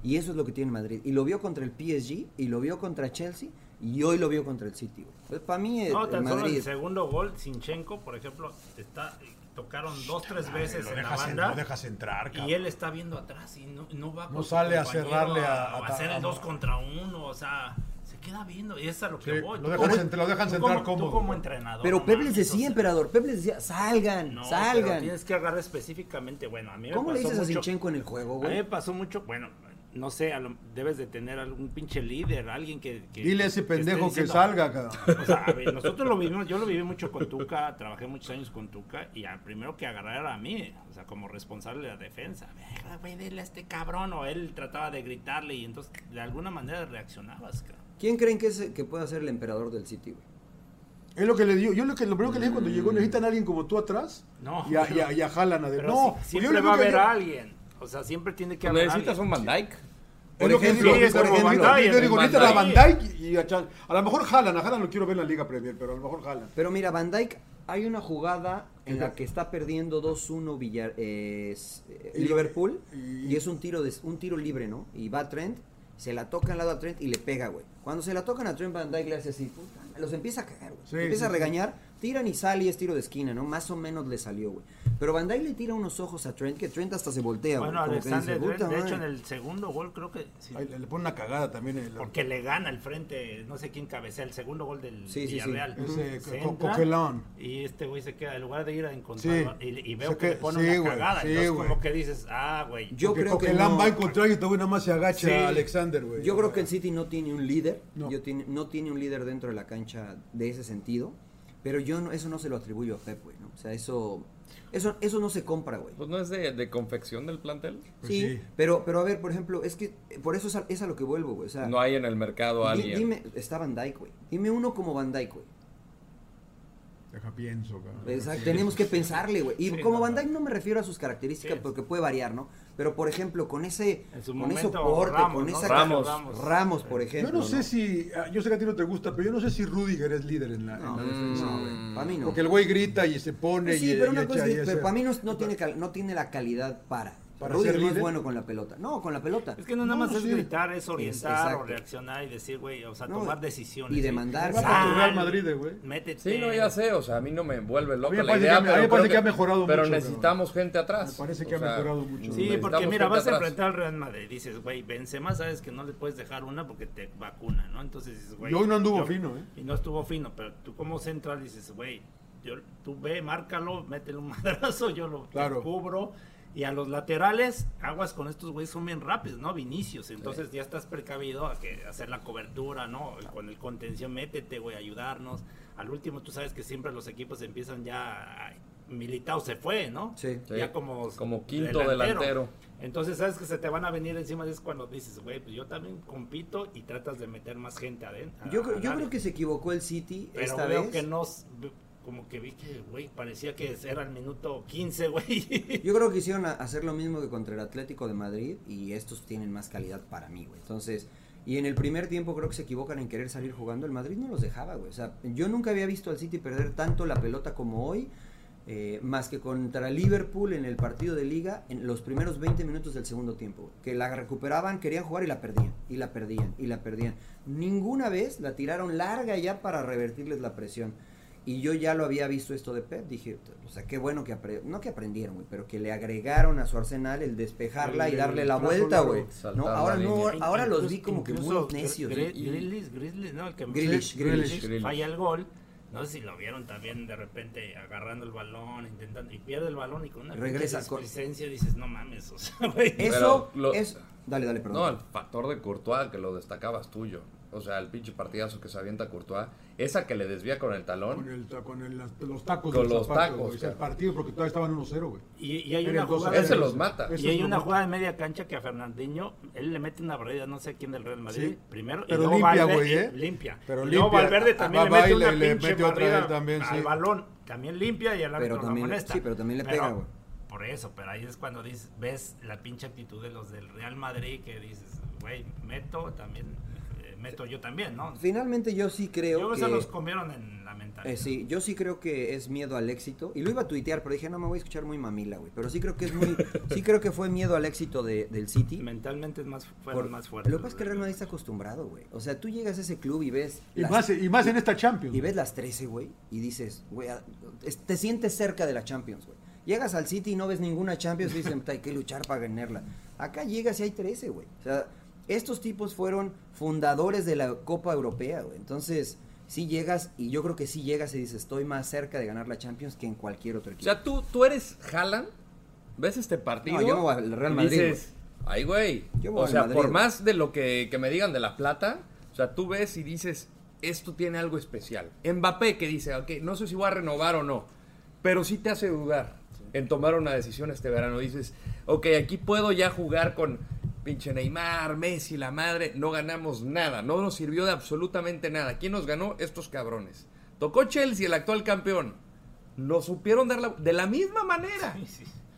Y eso es lo que tiene Madrid. Y lo vio contra el PSG, y lo vio contra Chelsea, y hoy lo vio contra el City, güey. para mí, el- No, el tan solo Madrid... el segundo gol, Sinchenko, por ejemplo, está, tocaron dos, tres veces lo en la dejas, en- banda. lo dejas entrar, cabrón. y él está viendo atrás y no, no va No con su sale a compañero cerrarle a- o a- hacer a- el dos contra uno, o sea, se queda viendo y es a lo que Sí, voy. lo Tú dejas como- entrar- lo dejan tú entrar como- tú cómodo. como entrenador. Pero no Pep les mames, decía, o sea, emperador, Pep les decía, salgan, no, pero salgan. tienes que agarrar específicamente, bueno, a mí me ¿Cómo le pasó dices a mucho- Zinchenko en el juego, A mí me güey? pasó mucho, bueno, no sé, a lo- debes de tener algún pinche líder, alguien que... que- Dile a ese esté pendejo que diciendo- salga, cabrón. O sea, a ver, nosotros lo vivimos, yo lo viví mucho con Tuca, trabajé muchos años con Tuca y al primero que agarrar era a mí, o sea, como responsable de la defensa. Verga, Güey, dile a este cabrón, o él trataba de gritarle y entonces de alguna manera reaccionabas, cabrón. ¿Quién creen que, es, que pueda ser el emperador del City, güey? Es lo que le dio. Yo lo, que, lo primero que le dije cuando llegó, necesitan a alguien como tú atrás. No. Y a, y a- y a Haaland adentro. Pero No, si- pues yo siempre le veo va a que haber yo- alguien, o sea, siempre tiene que haber Pues Necesitas un alguien. Van Dyke. Es Por lo que ejemplo, digo, por como ejemplo, Van Dijk, yo Van digo, Dijk. necesitan a Van Dijk y a Chan. A lo mejor Haaland, a Haaland lo quiero ver en la Liga Premier, pero a lo mejor Haaland. Pero mira, Van Dyke, hay una jugada en la que está perdiendo 2-1 Villar- eh, es- eh, Y- Liverpool y- y es un tiro, de, un tiro libre, ¿no? Y va Trent, se la toca al lado a Trent y le pega, güey. Cuando se la tocan a Trent, Van Dyke le hace así, puta, los empieza a cagar, güey. Sí, sí, empieza a sí. regañar, tiran y sale y es tiro de esquina, ¿no? Más o menos le salió, güey. Pero Van Dyke le tira unos ojos a Trent que Trent hasta se voltea, güey. Bueno, como que dice, Alexander, de, "Puta de hecho, en madre". el segundo gol creo que... sí, Ay, le, le pone una cagada también. El, porque le gana al frente, no sé quién cabecea, el segundo gol del Sí, sí, sí. Villarreal. Ese Se Co- entra Coquelón. Y este güey se queda, en lugar de ir a Sí. encontrar, y, y veo Se que le que- pone sí, una güey, cagada. sí, entonces, güey. como que dices, ah, güey. Yo creo que Coquelán no. va al contrario y todavía nada más se agacha Sí. a Alexander, güey. Pues, Yo creo que el City no tiene un líder, No. yo tiene- no tiene un líder dentro de la cancha de ese sentido, pero yo no, eso no se lo atribuyo a Pep, güey, ¿no? O sea, eso, eso, eso no se compra, güey. Pues no es de, de confección del plantel. Pues sí, sí. Pero, pero a ver, por ejemplo, es que eh, por eso es a, es a lo que vuelvo, güey. O Ah. sea, No hay en el mercado di- alguien. dime, está Van Dyke, güey. Dime uno como Van Dyke, güey. Deja pienso, Ah, cabrón. Exacto, tenemos que pensarle, güey. Y Sí, como no, Van no. Dyke no me refiero a sus características Sí. porque puede variar, ¿no? Pero por ejemplo, con ese En su con momento, ese porte, Ramos, con ¿no? esa Ramos. Ramos, por ejemplo. Yo no sé si. ah, Yo sé que a ti no te gusta, pero yo no sé si Rudiger es líder en la, en No, la defensa, Mm. no, güey. para mí no. Porque el güey grita y se pone. Pues sí, y, pero y una echa cosa es ahí que- ese- pero para mí no, no tiene, cal- no tiene la calidad para. para Rudy ser no es líder. bueno con la pelota. No, con la pelota. Es que no nada más No, es sí. gritar, es orientar exacto. o reaccionar y decir, güey, o sea, No, tomar decisiones. y güey. demandar. Va sí. para tu Real Sal, Madrid, eh, güey. Métete. Sí, no, ya sé, o sea, a mí no me vuelve mí loca me la parece que idea, ha- a mí pero, me creo parece que ha mejorado pero mucho, necesitamos gente atrás. Me parece que O ha mejorado mucho. mm, Sí, Sí, porque necesitamos mira, gente vas a atrás. enfrentar al Real Madrid. Dices, güey, Benzema, sabes que no le puedes dejar una porque te vacuna, ¿no? Entonces dices, güey. Y hoy no anduvo yo- fino, ¿eh? Y no estuvo fino, pero tú como central dices, güey, yo, tú ve, márcalo, métele un madrazo, yo lo Claro. cubro. Y a los laterales, aguas con estos güeyes son bien rápidos, ¿no? Vinicius. Entonces ya estás precavido a que hacer la cobertura, ¿no? Con el contención, métete, güey, ayudarnos. Al último, tú sabes que siempre los equipos empiezan ya. ay, Militao se fue, ¿no? Sí. Sí, Ya como, como quinto delantero. Entonces sabes que se te van a venir encima y es cuando dices, güey, pues yo también compito y tratas de meter más gente adentro. Yo, creo- yo creo que se equivocó el City Pero esta veo vez. que no, s- ve- como que vi que, güey, parecía que era el minuto 15, güey. Yo creo que hicieron a- hacer lo mismo que contra el Atlético de Madrid y estos tienen más calidad para mí, güey. Entonces, y en el primer tiempo creo que se equivocan en querer salir jugando. El Madrid no los dejaba, güey. O sea, yo nunca había visto al City perder tanto la pelota como hoy. eh, más que contra Liverpool en el partido de liga en los primeros 20 minutos del segundo tiempo, güey. que la recuperaban, querían jugar y la perdían, y la perdían, y la perdían. Ninguna vez la tiraron larga ya para revertirles la presión. Y yo ya lo había visto esto de Pep, dije, o sea, qué bueno que apre- no que aprendieron, güey, pero que le agregaron a su arsenal el despejarla y El- darle el la trazo vuelta, largo. güey. Saltar No, la ahora no, línea. ahora los Incluso- vi como que muy incluso necios. ¿eh? güey. Gre- Gre- Grealish, Grizzly, ¿no? El que Grealish, Grealish. Grealish. falla el gol. No sé si lo vieron también de repente agarrando el balón, intentando, y pierde el balón y con una Regresa Eh, pinche con- despresencia dices, no mames, o sea, güey. Pero Eso lo- es Dale, dale, No, perdón. el factor de Courtois que lo destacabas tuyo. O sea, el pinche partidazo que se avienta Courtois, esa que le desvía con el Con, talón. el ta- con el- las- los tacos Con del los zapato, tacos, güey. O sea, el cara. partido porque todavía estaban 1-0, güey. Y, y hay Era una el dos a jugada. cero. Ese los mata. Eso Y es hay lo una bueno. jugada de media cancha que a Fernandinho, él le mete una barrida, no sé a quién del Real Madrid, Sí. primero. Pero y luego limpia, Valverde- güey, ¿eh? Limpia. Pero Y luego limpia. Valverde también le Va- va mete y una le- le pinche mete otra vez barrida también, al sí. balón. También limpia y al árbitro lo también le- amonesta. sí, pero también le Pero- pega, güey. Por eso, pero ahí es cuando dices, ves la pinche actitud de los del Real Madrid que dices, güey, meto también, eh, meto yo también, ¿no? Finalmente yo sí creo Yo que se los comieron en la mentalidad. Eh, sí, yo sí creo que es miedo al éxito. Y lo iba a tuitear, pero dije, no, me voy a escuchar muy mamila, güey. Pero sí creo que es muy, sí creo que fue miedo al éxito de- del City. Mentalmente es más, fueron Por- más fuertes. Lo que pasa es que el Real Madrid está acostumbrado, güey. O sea, tú llegas a ese club y ves. Y las- más, y más en esta Champions. y ves las 13, güey, y dices, güey, a- es- te sientes cerca de la Champions, güey. Llegas al City y no ves ninguna Champions, dicen, "Puta, hay que luchar para ganarla. Acá llegas y hay 13, güey. O sea, estos tipos fueron fundadores de la Copa Europea, güey. Entonces, sí llegas, y yo creo que sí llegas y dices, estoy más cerca de ganar la Champions que en cualquier otro O equipo. sea, tú, tú eres Haaland, ves este partido. No, yo me voy al Real y Madrid, Dices, ay, güey. Yo me voy O al sea, Madrid, por güey. más de lo que, que me digan de la plata, o sea, tú ves y dices, esto tiene algo especial. Mbappé que dice, ok, no sé si voy a renovar o no, pero sí te hace dudar en tomar una decisión este verano. Dices, ok, aquí puedo ya jugar con pinche Neymar, Messi, la madre. No ganamos nada, no nos sirvió de absolutamente nada. ¿Quién nos ganó? Estos cabrones. Tocó Chelsea, el actual campeón nos supieron dar la- de la misma manera.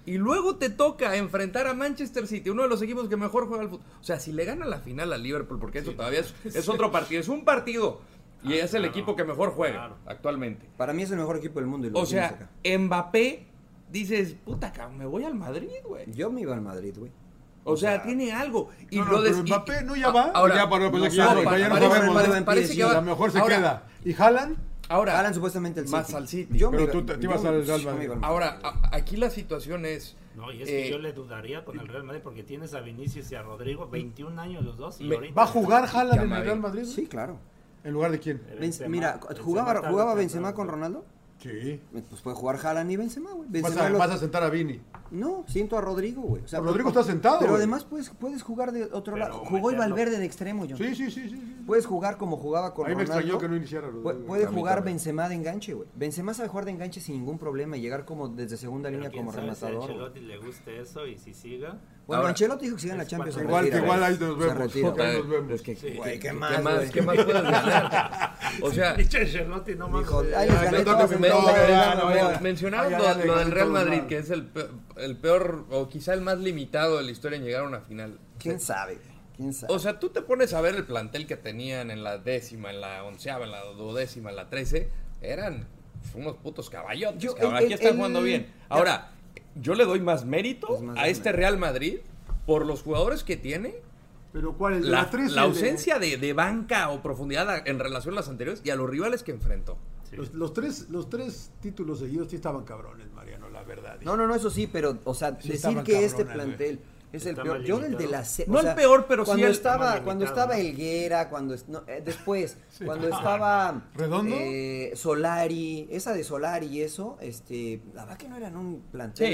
Y luego te toca enfrentar a Manchester City, uno de los equipos que mejor juega al fútbol. O sea, si le gana la final a Liverpool, porque eso todavía es, es otro partido, es un partido. Y Ah, es el equipo que mejor juega claro. actualmente. Para mí es el mejor equipo del mundo y lo O tienes sea, acá. Mbappé, dices, puta, cabrón, me voy al Madrid, güey. Yo me iba al Madrid, güey. O, sea, tiene algo. Y No, no, lo des- pero y- Mbappé, no, ya a- va, Ahora, ya paró, pues, no aquí ya sabe, no, ya no parece- sabemos. parece- parece Sí, que a va- lo mejor se ahora- queda. Y Haaland, Ahora, Alan supuestamente el City. más al City. Yo me Pero iba- tú te- te yo ibas me- al Real yo me iba Madrid. al ahora a- aquí la situación es... No, y es que eh, yo le dudaría con el Real Madrid porque tienes a Vinicius y a Rodrigo, 21 años los dos. Y Me- ahorita ¿va a jugar Haaland en Madrid. el Real Madrid? Sí, claro. ¿En lugar de quién? Benzema- Benz- mira, Benzema ¿jugaba, tarde jugaba o temprano, Benzema con pero- Ronaldo? Sí. Pues puede jugar Haaland y Benzema, güey. Vas Benzema a, lo- vas a sentar a Vini. No, siento a Rodrigo, güey. O sea, pues, Pero Rodrigo está sentado, Pero güey. además puedes, puedes jugar de otro Pero lado. Jugó y meterlo- Valverde de extremo, John. Sí, sí, sí. sí, sí. Puedes jugar como jugaba con A mí me Ronaldo. extrañó que no iniciara Rodrigo. Pu- Puede A mí jugar también. Benzema de enganche, güey. Benzema sabe jugar de enganche sin ningún problema y llegar como desde segunda pero línea quién como sabe si a rematador. güey. Ancelotti le guste eso y si siga. Bueno, Ahora- Ancelotti dijo que siga en la Champions. se Igual retira, que igual güey. ahí nos Se vemos. retira, Otra güey. vez nos vemos. Es que, Sí. Güey, ¿qué ¿Qué más, más, güey? ¿Qué más puedes ganar? O sea, Pinche Ancelotti no mames. Dijo, Eh, ahí les Ay, gané me toca todas, que me entonces, toque, güey, ya, ya, no, güey. ya. Mencionabas Ay, lo, ya le lo gané del Real todo mal. Madrid, que es el peor, el peor o quizá el más limitado de la historia en llegar a una final. ¿Quién sabe? güey? ¿Quién sabe? O sea, tú te pones a ver el plantel que tenían en la décima, en la onceava, en la duodécima, en la trece. Eran unos putos caballotes. Yo- cabrón. el- Aquí están el- jugando bien. el- Ahora, yo le doy más mérito Es más a este Real Madrid por los jugadores que tiene, Pero ¿cuál? ¿El de la, la 13? la el de- ausencia de, de banca o profundidad a- en relación a las anteriores y a los rivales que enfrentó. Los, los tres, los tres títulos seguidos sí estaban cabrones, Mariano, la verdad. No, no, no, eso sí, pero, o sea, Sí decir estaban que este cabrones, plantel es el Está peor. mal Yo el de limitado. la se- No el peor, pero sí cuando el- estaba, mal cuando limitado. estaba Helguera, cuando es- no, eh, después, cuando estaba ¿Redondo? eh, Solari, esa de Solari y eso, este, la verdad que no eran un plantel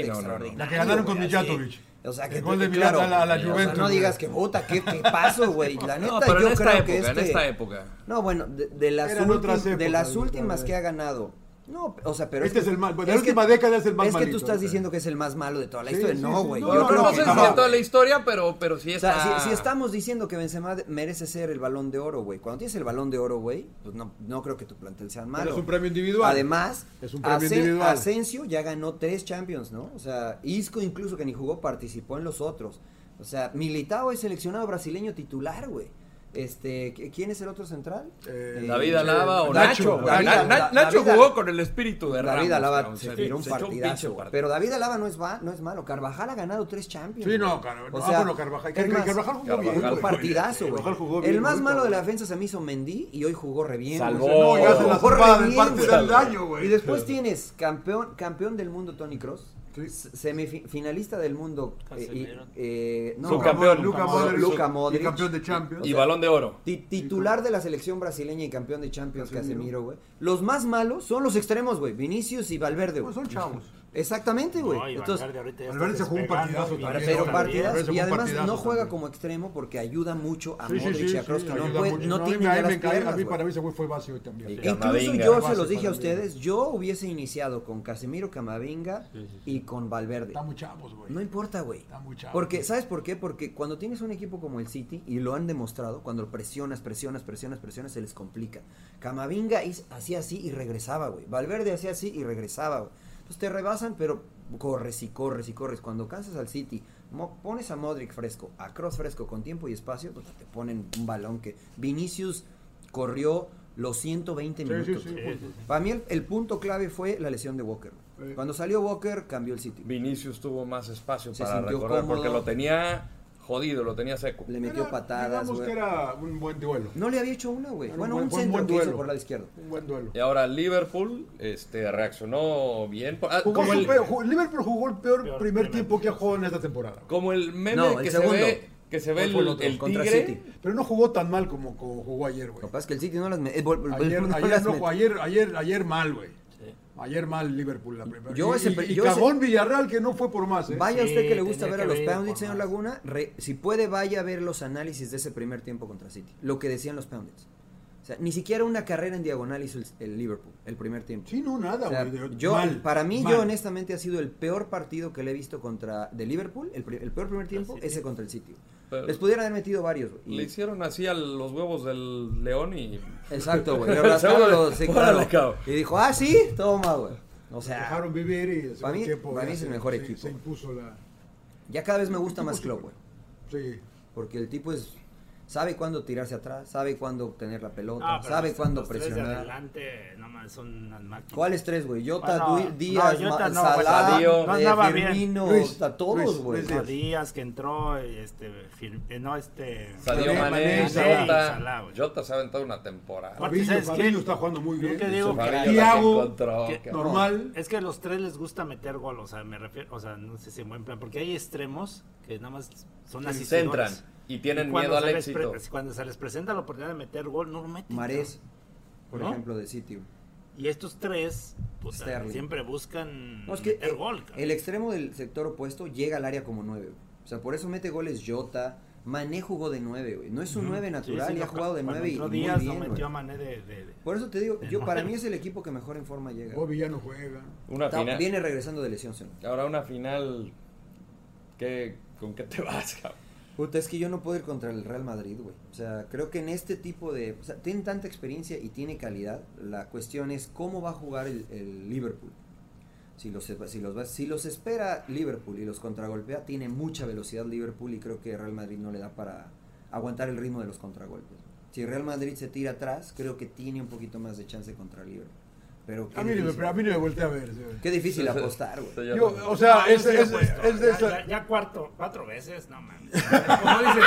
Sí, no, no, no. extraordinario. La que ganaron con güey, así. Mijatovic. O sea, que El gol te- de Milán a la- a la o sea, Juventus, no güey. digas que puta, qué, qué paso, güey. La neta No, pero yo en esta creo época, que este en esta época. No, bueno, de, de las, Eran otras últim- de épocas, las güey, últimas la que ha ganado. No, o sea, pero Este que- es el mal- bueno, la es que- última década es el más Es que tú malito, estás güey. diciendo que es el más malo de toda la Sí, historia. sí, no, sí, güey. no, yo Bueno, creo no que sé si no, de toda la güey. historia, pero, pero sí O está. sea, si, si estamos diciendo que Benzema de- merece ser el balón de oro, güey. Cuando tienes el balón de oro, güey, pues no, no creo que tu plantel sea malo. es un premio individual. Además, Es un premio Asen- individual. Asensio ya ganó tres Champions, ¿no? O sea, Isco incluso que ni jugó participó en los otros. O sea, Militao es seleccionado brasileño titular, güey. Este, ¿qu- ¿quién es el otro central? Eh, David Alaba o Nacho. Nacho, güey. David- Na- Na- Da- Nacho David- jugó con el espíritu de David Ramos, Alaba cabrón. se Se- tiró un se echó un partidazo. pinche güey. partido. Pero David Alaba no es, va- no es malo. Carvajal ha ganado tres Champions. Sí, no, güey. Carvajal. O Ah, sea, bueno, Carvajal. es más, Carvajal jugó Carvajal bien. un güey. partidazo, güey. Carvajal jugó bien. El más ahorita, malo de la güey. defensa se me hizo Mendy y hoy jugó re bien. Salvó. güey. O sea, No, ya se la jugó re zafaba del bien, parte güey. del daño, güey. Y después tienes campeón, campeón del mundo Tony Cross. Sí. Semifinalista del mundo. eh, y- Casemiro. eh, no, Subcampeón. Luka Modric. Luka Modric. Y campeón de Champions. Y balón de oro. Ti- Titular de la selección brasileña y campeón de Champions Casemiro. Casemiro, güey. Los más malos son los extremos, güey. Vinicius y Valverde, Pues güey. son chavos. Exactamente, güey. No, y Entonces, Valverde ahorita ya está Valverde se jugó un despegando partidazo y también. Valverde pero Valverde partidas también. y Valverde además fue un no juega partidazo como extremo porque ayuda mucho a Sí, sí, Modric sí, y a sí, Kroos que no, ayuda puede- mucho. no a mí tiene me- a mí las me encanta- piernas, A mí güey. para mí se fue fue base hoy también. Sí. Incluso Camavinga. yo se Base los dije para a mí. ustedes, yo hubiese iniciado con Casemiro Camavinga y con Valverde. Están muy chavos, güey. No importa, güey. Está muy chavo. Porque, ¿sabes por qué? Porque cuando tienes un equipo como el City, y lo han demostrado, cuando presionas, presionas, presionas, presionas, se les complica. Camavinga hiz- hacía así y regresaba, güey. Valverde hacía así y regresaba, güey. Entonces te rebasan, pero corres y corres y corres. Cuando cansas al City, mo- pones a Modric fresco, a Cross fresco, con tiempo y espacio, pues te ponen un balón que... Vinicius corrió los 120 Sí, sí, minutos. sí. güey. fue- Para mí el, el punto clave fue la lesión de Walker. güey. Sí. Cuando salió Walker, cambió el City. Vinicius tuvo más espacio Se para sintió recordar cómodo. porque lo tenía jodido, lo tenía seco. Le metió Era- patadas, Digamos güey. que era un buen duelo. No le había hecho una, güey. Era Bueno, buen- un buen- centro buen que hizo duelo. por la izquierda. Un buen duelo. Y ahora Liverpool este, reaccionó bien. Ah, Jugó como, su el, peor- ju- Liverpool jugó el peor, primer Peor primer tiempo que ha jugado en esta temporada. güey. como el meme No, el que, se segundo. ve, que se ve ¿Cuál fue el, el otro? el Contra tigre. City. Pero no jugó tan mal como, como jugó ayer, güey. Lo que pasa es que el City no las mete. Ayer, ayer, no, ayer, ayer, ayer mal, güey. Ayer mal Liverpool la primera. Yo y, ese- y- y yo ese- cagón Villarreal que no fue por más, ¿eh? Vaya Sí, usted que le gusta ver tenía que a los haber ido Poundits, por señor más. Laguna. re- si puede, vaya a ver los análisis de ese primer tiempo contra City. Lo que decían los Poundits. O sea, ni siquiera una carrera en diagonal hizo el, el Liverpool, el primer tiempo. Sí, no, nada, O sea, güey. de- yo, mal, para mí, mal. yo este- honestamente ha sido el peor partido que le he visto contra de Liverpool, el, pri- el peor primer tiempo, City. ese contra el City. Pero- Les pudieran haber metido varios. güey, y- Le hicieron así a los huevos del león y... Exacto, güey. Le rascaron Órale, los- sí, claro. órale, cabrón. Y dijo, ah, sí, toma, güey. O sea, Dejaron vivir y el Para segundo mí- tiempo para mí ya es el se- mejor se- equipo. Se impuso la. ya cada vez me gusta más Klopp, güey. Sí. Porque el tipo es... Sabe cuándo tirarse atrás, sabe cuándo tener la pelota, Ah, pero sabe los- cuándo los tres de presionar. adelante, no más, son unas máquinas. ¿Cuáles tres, güey? Jota, Bueno, Dui- no, Díaz, Ma- Jota no, güey, Salah, Sadio. No eh, andaba bien. Firmino, Luis, a todos, Luis, güey. Luis Díaz. Los días que entró, este, Fir- eh, no, este... Sadio Sadio Mané, Mané, Salah. Jota. Salah, güey. Jota se ha aventado una temporada. Aparte, Fabinho, ¿sabes Fabinho qué? está jugando muy Yo bien. que digo que- Fabinho la Thiago, encontró, que- cabrón. Normal. Es que a los tres les gusta meter gol, o sea, me refiero, o sea, no sé si en buen plan, porque hay extremos que nada más son así. Centran y tienen miedo al éxito. cuando se les presenta la oportunidad de meter gol, no lo meten. Marés, por ¿No? ejemplo, de City. güey. cabrón. Y estos tres, puta, Sterling. siempre buscan No, es que meter eh, gol. cabrón. el extremo del sector opuesto llega al área como 9. O sea, por eso mete goles Jota. Mané jugó de 9, güey. No es un 9 Sí, natural sí, y no, ha jugado de cuando 9 y entró muy Díaz, bien, no güey. metió a Mané de- de- de- Por eso te digo, de yo para nueve. mí es el equipo que mejor en forma llega. Bobby ya no juega. Una Está- final. viene regresando de lesión, señor. Ahora una final. ¿qué- ¿Con qué te vas, cabrón? Puta, es que yo no puedo ir contra el Real Madrid, güey. O sea, creo que en este tipo de... O sea, tiene tanta experiencia y tiene calidad. La cuestión es cómo va a jugar el, el Liverpool. Si los, si, los, va- si los espera Liverpool y los contragolpea, tiene mucha velocidad Liverpool y creo que Real Madrid no le da para aguantar el ritmo de los contragolpes. Si Real Madrid se tira atrás, creo que tiene un poquito más de chance contra Liverpool. Pero qué A mí, ni me- difícil, pero a mí ni me volteé a ver. señor. qué difícil apostar, güey. Yo- Yo, o sea, Ah, yo es, sí le es- apuesto. es de ya, esa- ya- ya cuarto, cuatro veces, no mames. Como dices.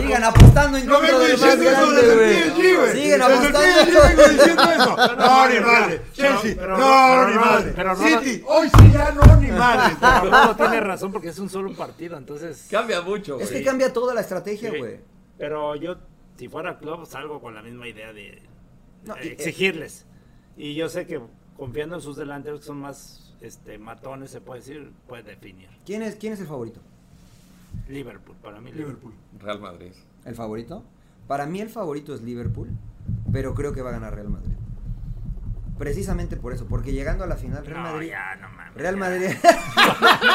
Sigan apostando en No contra vengo del más diciendo eso grande, desde güey. el PSG, güey. Siguen Desde el PSG vengo apostando. diciendo eso. No, ni madre. Chelsea, pero- no, pero ni no, madre. pero no, City, hoy sí ya no, ni madre. Pero Rodo tiene razón porque es un solo partido, entonces. Cambia mucho, Es que güey. cambia toda la estrategia, güey. Pero yo, si fuera club, salgo con la misma idea de No, de y- eh, exigirles. Y yo sé que confiando en sus delanteros que son más este, matones, se puede decir, puede definir. ¿Quién es, ¿Quién es el favorito? Liverpool, para mí Liverpool. Liverpool. Real Madrid. ¿El favorito? Para mí el favorito es Liverpool, pero creo que va a ganar Real Madrid. Precisamente por eso, porque llegando a la final, Real No, Madrid. ya, no mames. Real Madrid.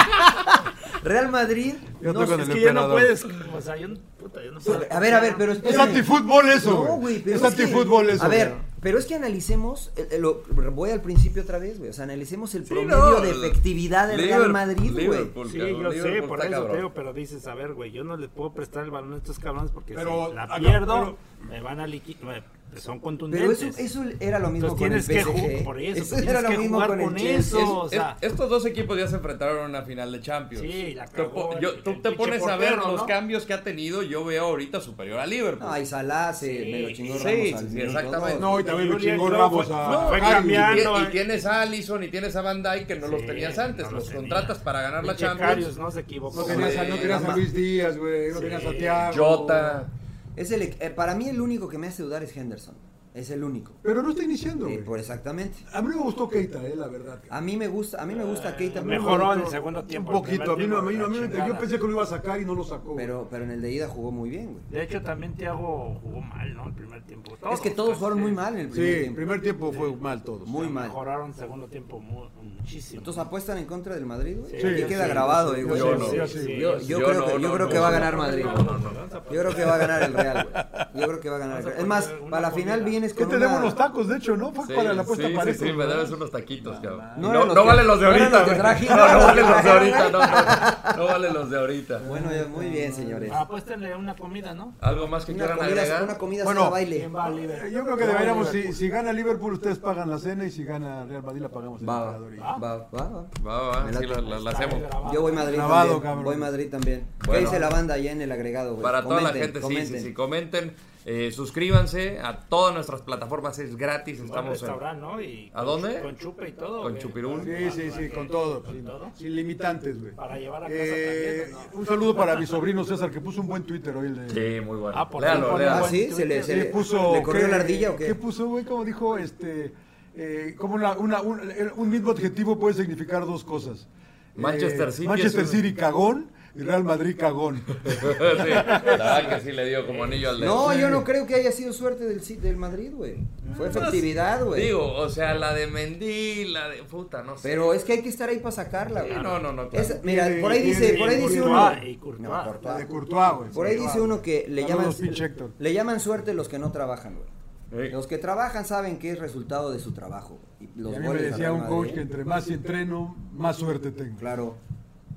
Real Madrid. Yo no estoy sé- con Es el que ya no emperador. puedes. O sea, yo, no- puta, yo no puedo. A ver, a ver, pero Es espérame. antifútbol eso, No, güey, pero Es que- antifútbol eso. A ver, güey. pero es que analicemos, eh, eh, lo- voy al principio otra vez, güey. O sea, analicemos el Sí, promedio no, de efectividad del Real Liverpool- Madrid, güey. Liverpool, Sí, cabrón, yo sé, Liverpool por está eso cabrón. te digo, pero dices, a ver, güey, yo no les puedo prestar el balón a estos cabrones porque Pero, si la acá, pierdo, me van a liquidar, son Pero contundentes. eso, eso era lo mismo Entonces con el tienes que PSG. jugar por eso, era tienes lo que mismo jugar con el con Chelsea. eso. Es- o sea- es- estos dos equipos ya se enfrentaron en una final de Champions. Sí, la Tú cagó po- el- yo- tú el te pinche pones a ver portero, los ¿no? cambios que ha tenido. Yo veo ahorita superior a Liverpool. Ay, Salah se Sí, me lo chingó sí, Ramos al sí, minuto exactamente. dos. No, y también lo Julián chingó Klopp Ramos fue- a. Harry. fue Y, cambiando. tie- no, Ah, y eh. tienes a Allison y tienes a Van Dyke que no los Sí, tenías antes. no los los tenía. contratas para ganar la Pinche Champions. Karius, no se equivocó. No tenías a, no tenías a Mamá. Luis Díaz, güey. No tenías a Sí. Thiago. Jota. Es el, eh, para mí el único que me hace dudar es Henderson. Es el único. Pero no está iniciando, Eh, güey. por exactamente. A mí no me gustó Keita, eh, la verdad. A mí me gusta, a mí me gusta Keita. pero- Mejoró en el segundo tiempo. Un el primer poquito. A mí, no, a mí, no, a mí me- chingada. yo pensé que lo iba a sacar y no lo sacó. güey. Pero, pero en el de ida jugó muy bien, güey. De hecho, también Thiago jugó mal, ¿no? El primer tiempo. Es que todos fueron muy mal en el primer Sí, el tiempo. primer tiempo fue mal todos. Muy mal. Mejoraron el segundo tiempo mu- muchísimo. Entonces apuestan en contra del Madrid, güey. Sí, Aquí yo queda sí, grabado, sí, eh, yo güey. sí, yo Yo, yo sí, sí. yo- yo Yo creo no, que, yo no, creo no, que va a no. ganar Madrid. No, güey. no, no, no. Yo creo que va a ganar el Real, güey. Yo creo que va a ganar el Real. Es más, Una para la final comida. vienes Que con te debo una... unos tacos, de hecho, ¿no? Fue para la apuesta sí, para sí, eso. sí, me debes unos taquitos, cabrón. este No No, eran no, los que- valen los de no eran ahorita. los que güey. traje, no, no no eran los valen que los de traje, ahorita. No, no, no valen los de ahorita. Bueno, ya, muy bien, señores. Ah, Apuéstenle una comida, ¿no? ¿Algo más que Una quieran comida, agregar? una comida Bueno, cena baile. ¿Quién va a Liverpool? Yo creo que deberíamos, si, si gana Liverpool, ustedes pagan la cena y si gana Real Madrid, la pagamos el Va, emperador. Ah, Y- va, va, va. Va, va, Me va, sí, late. la, la- la hacemos. Yo voy Madrid Grabado, también. cabrón. Voy Madrid también. ¿Qué Bueno. dice la banda allá en el agregado, güey? Para toda la Pues, Comenten, gente, sí, sí, comenten. sí, comenten, eh, suscríbanse a todas nuestras plataformas, es gratis, Estamos estamos en... restaurante, ¿no? Y ¿A con- dónde? Con chupe y todo. Con güey. chupirul. Sí, sí, sí, con todo. Con Sin, todo. sin limitantes, güey. Para llevar a casa Eh, también, ¿o no? un saludo para mi sobrino César, que puso un buen Twitter hoy. el de- Sí, muy bueno. Ah, por léalo, favor, léalo. Ah, sí, se le, se Sí, le, Eh, puso, le corrió ¿qué- la ardilla o qué? puso, güey? Como dijo, este, eh, como una- una- un, un mismo adjetivo puede significar dos cosas. Manchester Eh, City Manchester es un- City cagón y Real Madrid cagón. Sí, la verdad que sí le dio como anillo al dedo. No, yo no creo que haya sido suerte del, Ci- del Madrid, güey. Fue efectividad, güey. Pues, Digo, o sea, la de Mendy, la de... Puta, no sé. Pero es que hay que estar ahí para sacarla, güey. Sí, no, no, no, claro. Esa- mira, Y- por ahí y- dice, y por ahí dice uno. Courtois, y Courtois. No, La de Courtois. Courtois, güey. Ah. Por ahí Sí, dice va. uno que le Saludos, llaman, pinche Héctor. le llaman suerte los que no trabajan, güey. Sí. Los que trabajan saben que es resultado de su trabajo. Y los Y a mí me goles del decía Real un coach Madrid, que entre más entreno, más suerte tengo. Claro,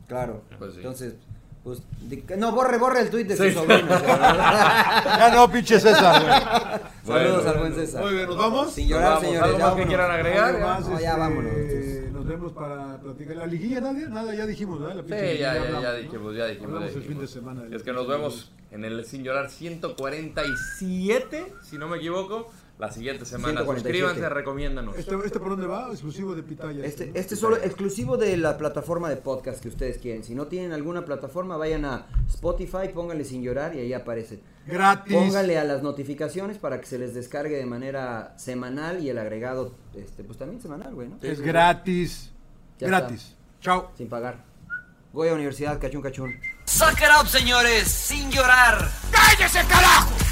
claro. Pues sí. Entonces, pues, di- no, borre, borre el tuit de Sí. su sobrino. cabrón. Ya no, pinche César, güey. Saludos Bueno. al buen César. Muy bien, ¿nos vamos? Sin llorar, Nos vamos. señores. ¿Algo más ya que vámonos. quieran agregar? Algo más, No, ya este, vámonos. entonces. Nos vemos para platicar. La liguilla, nadie, nada, ya dijimos, ¿verdad? La Sí, pinche ya, liguilla, ya, ya, hablamos, ¿no? dijimos, ya dijimos. Hablamos ya el fin de dijimos. semana. Y es que nos vemos en el Sin Llorar 147, si no me equivoco, la siguiente semana. 147. Suscríbanse, recomiéndanos. ¿Este, este por dónde va? Exclusivo de Pitaya. Este, ¿no? este es solo exclusivo de la plataforma de podcast que ustedes quieren. Si no tienen alguna plataforma, vayan a Spotify, pónganle sin llorar y ahí aparece. Gratis. Pónganle a las notificaciones para que se les descargue de manera semanal y el agregado, este, pues también semanal, güey, ¿no? Es gratis. Ya gratis. Chao. Sin pagar. Voy a universidad, cachún, cachún. Suck it up, señores, sin llorar. ¡Cállese, carajo!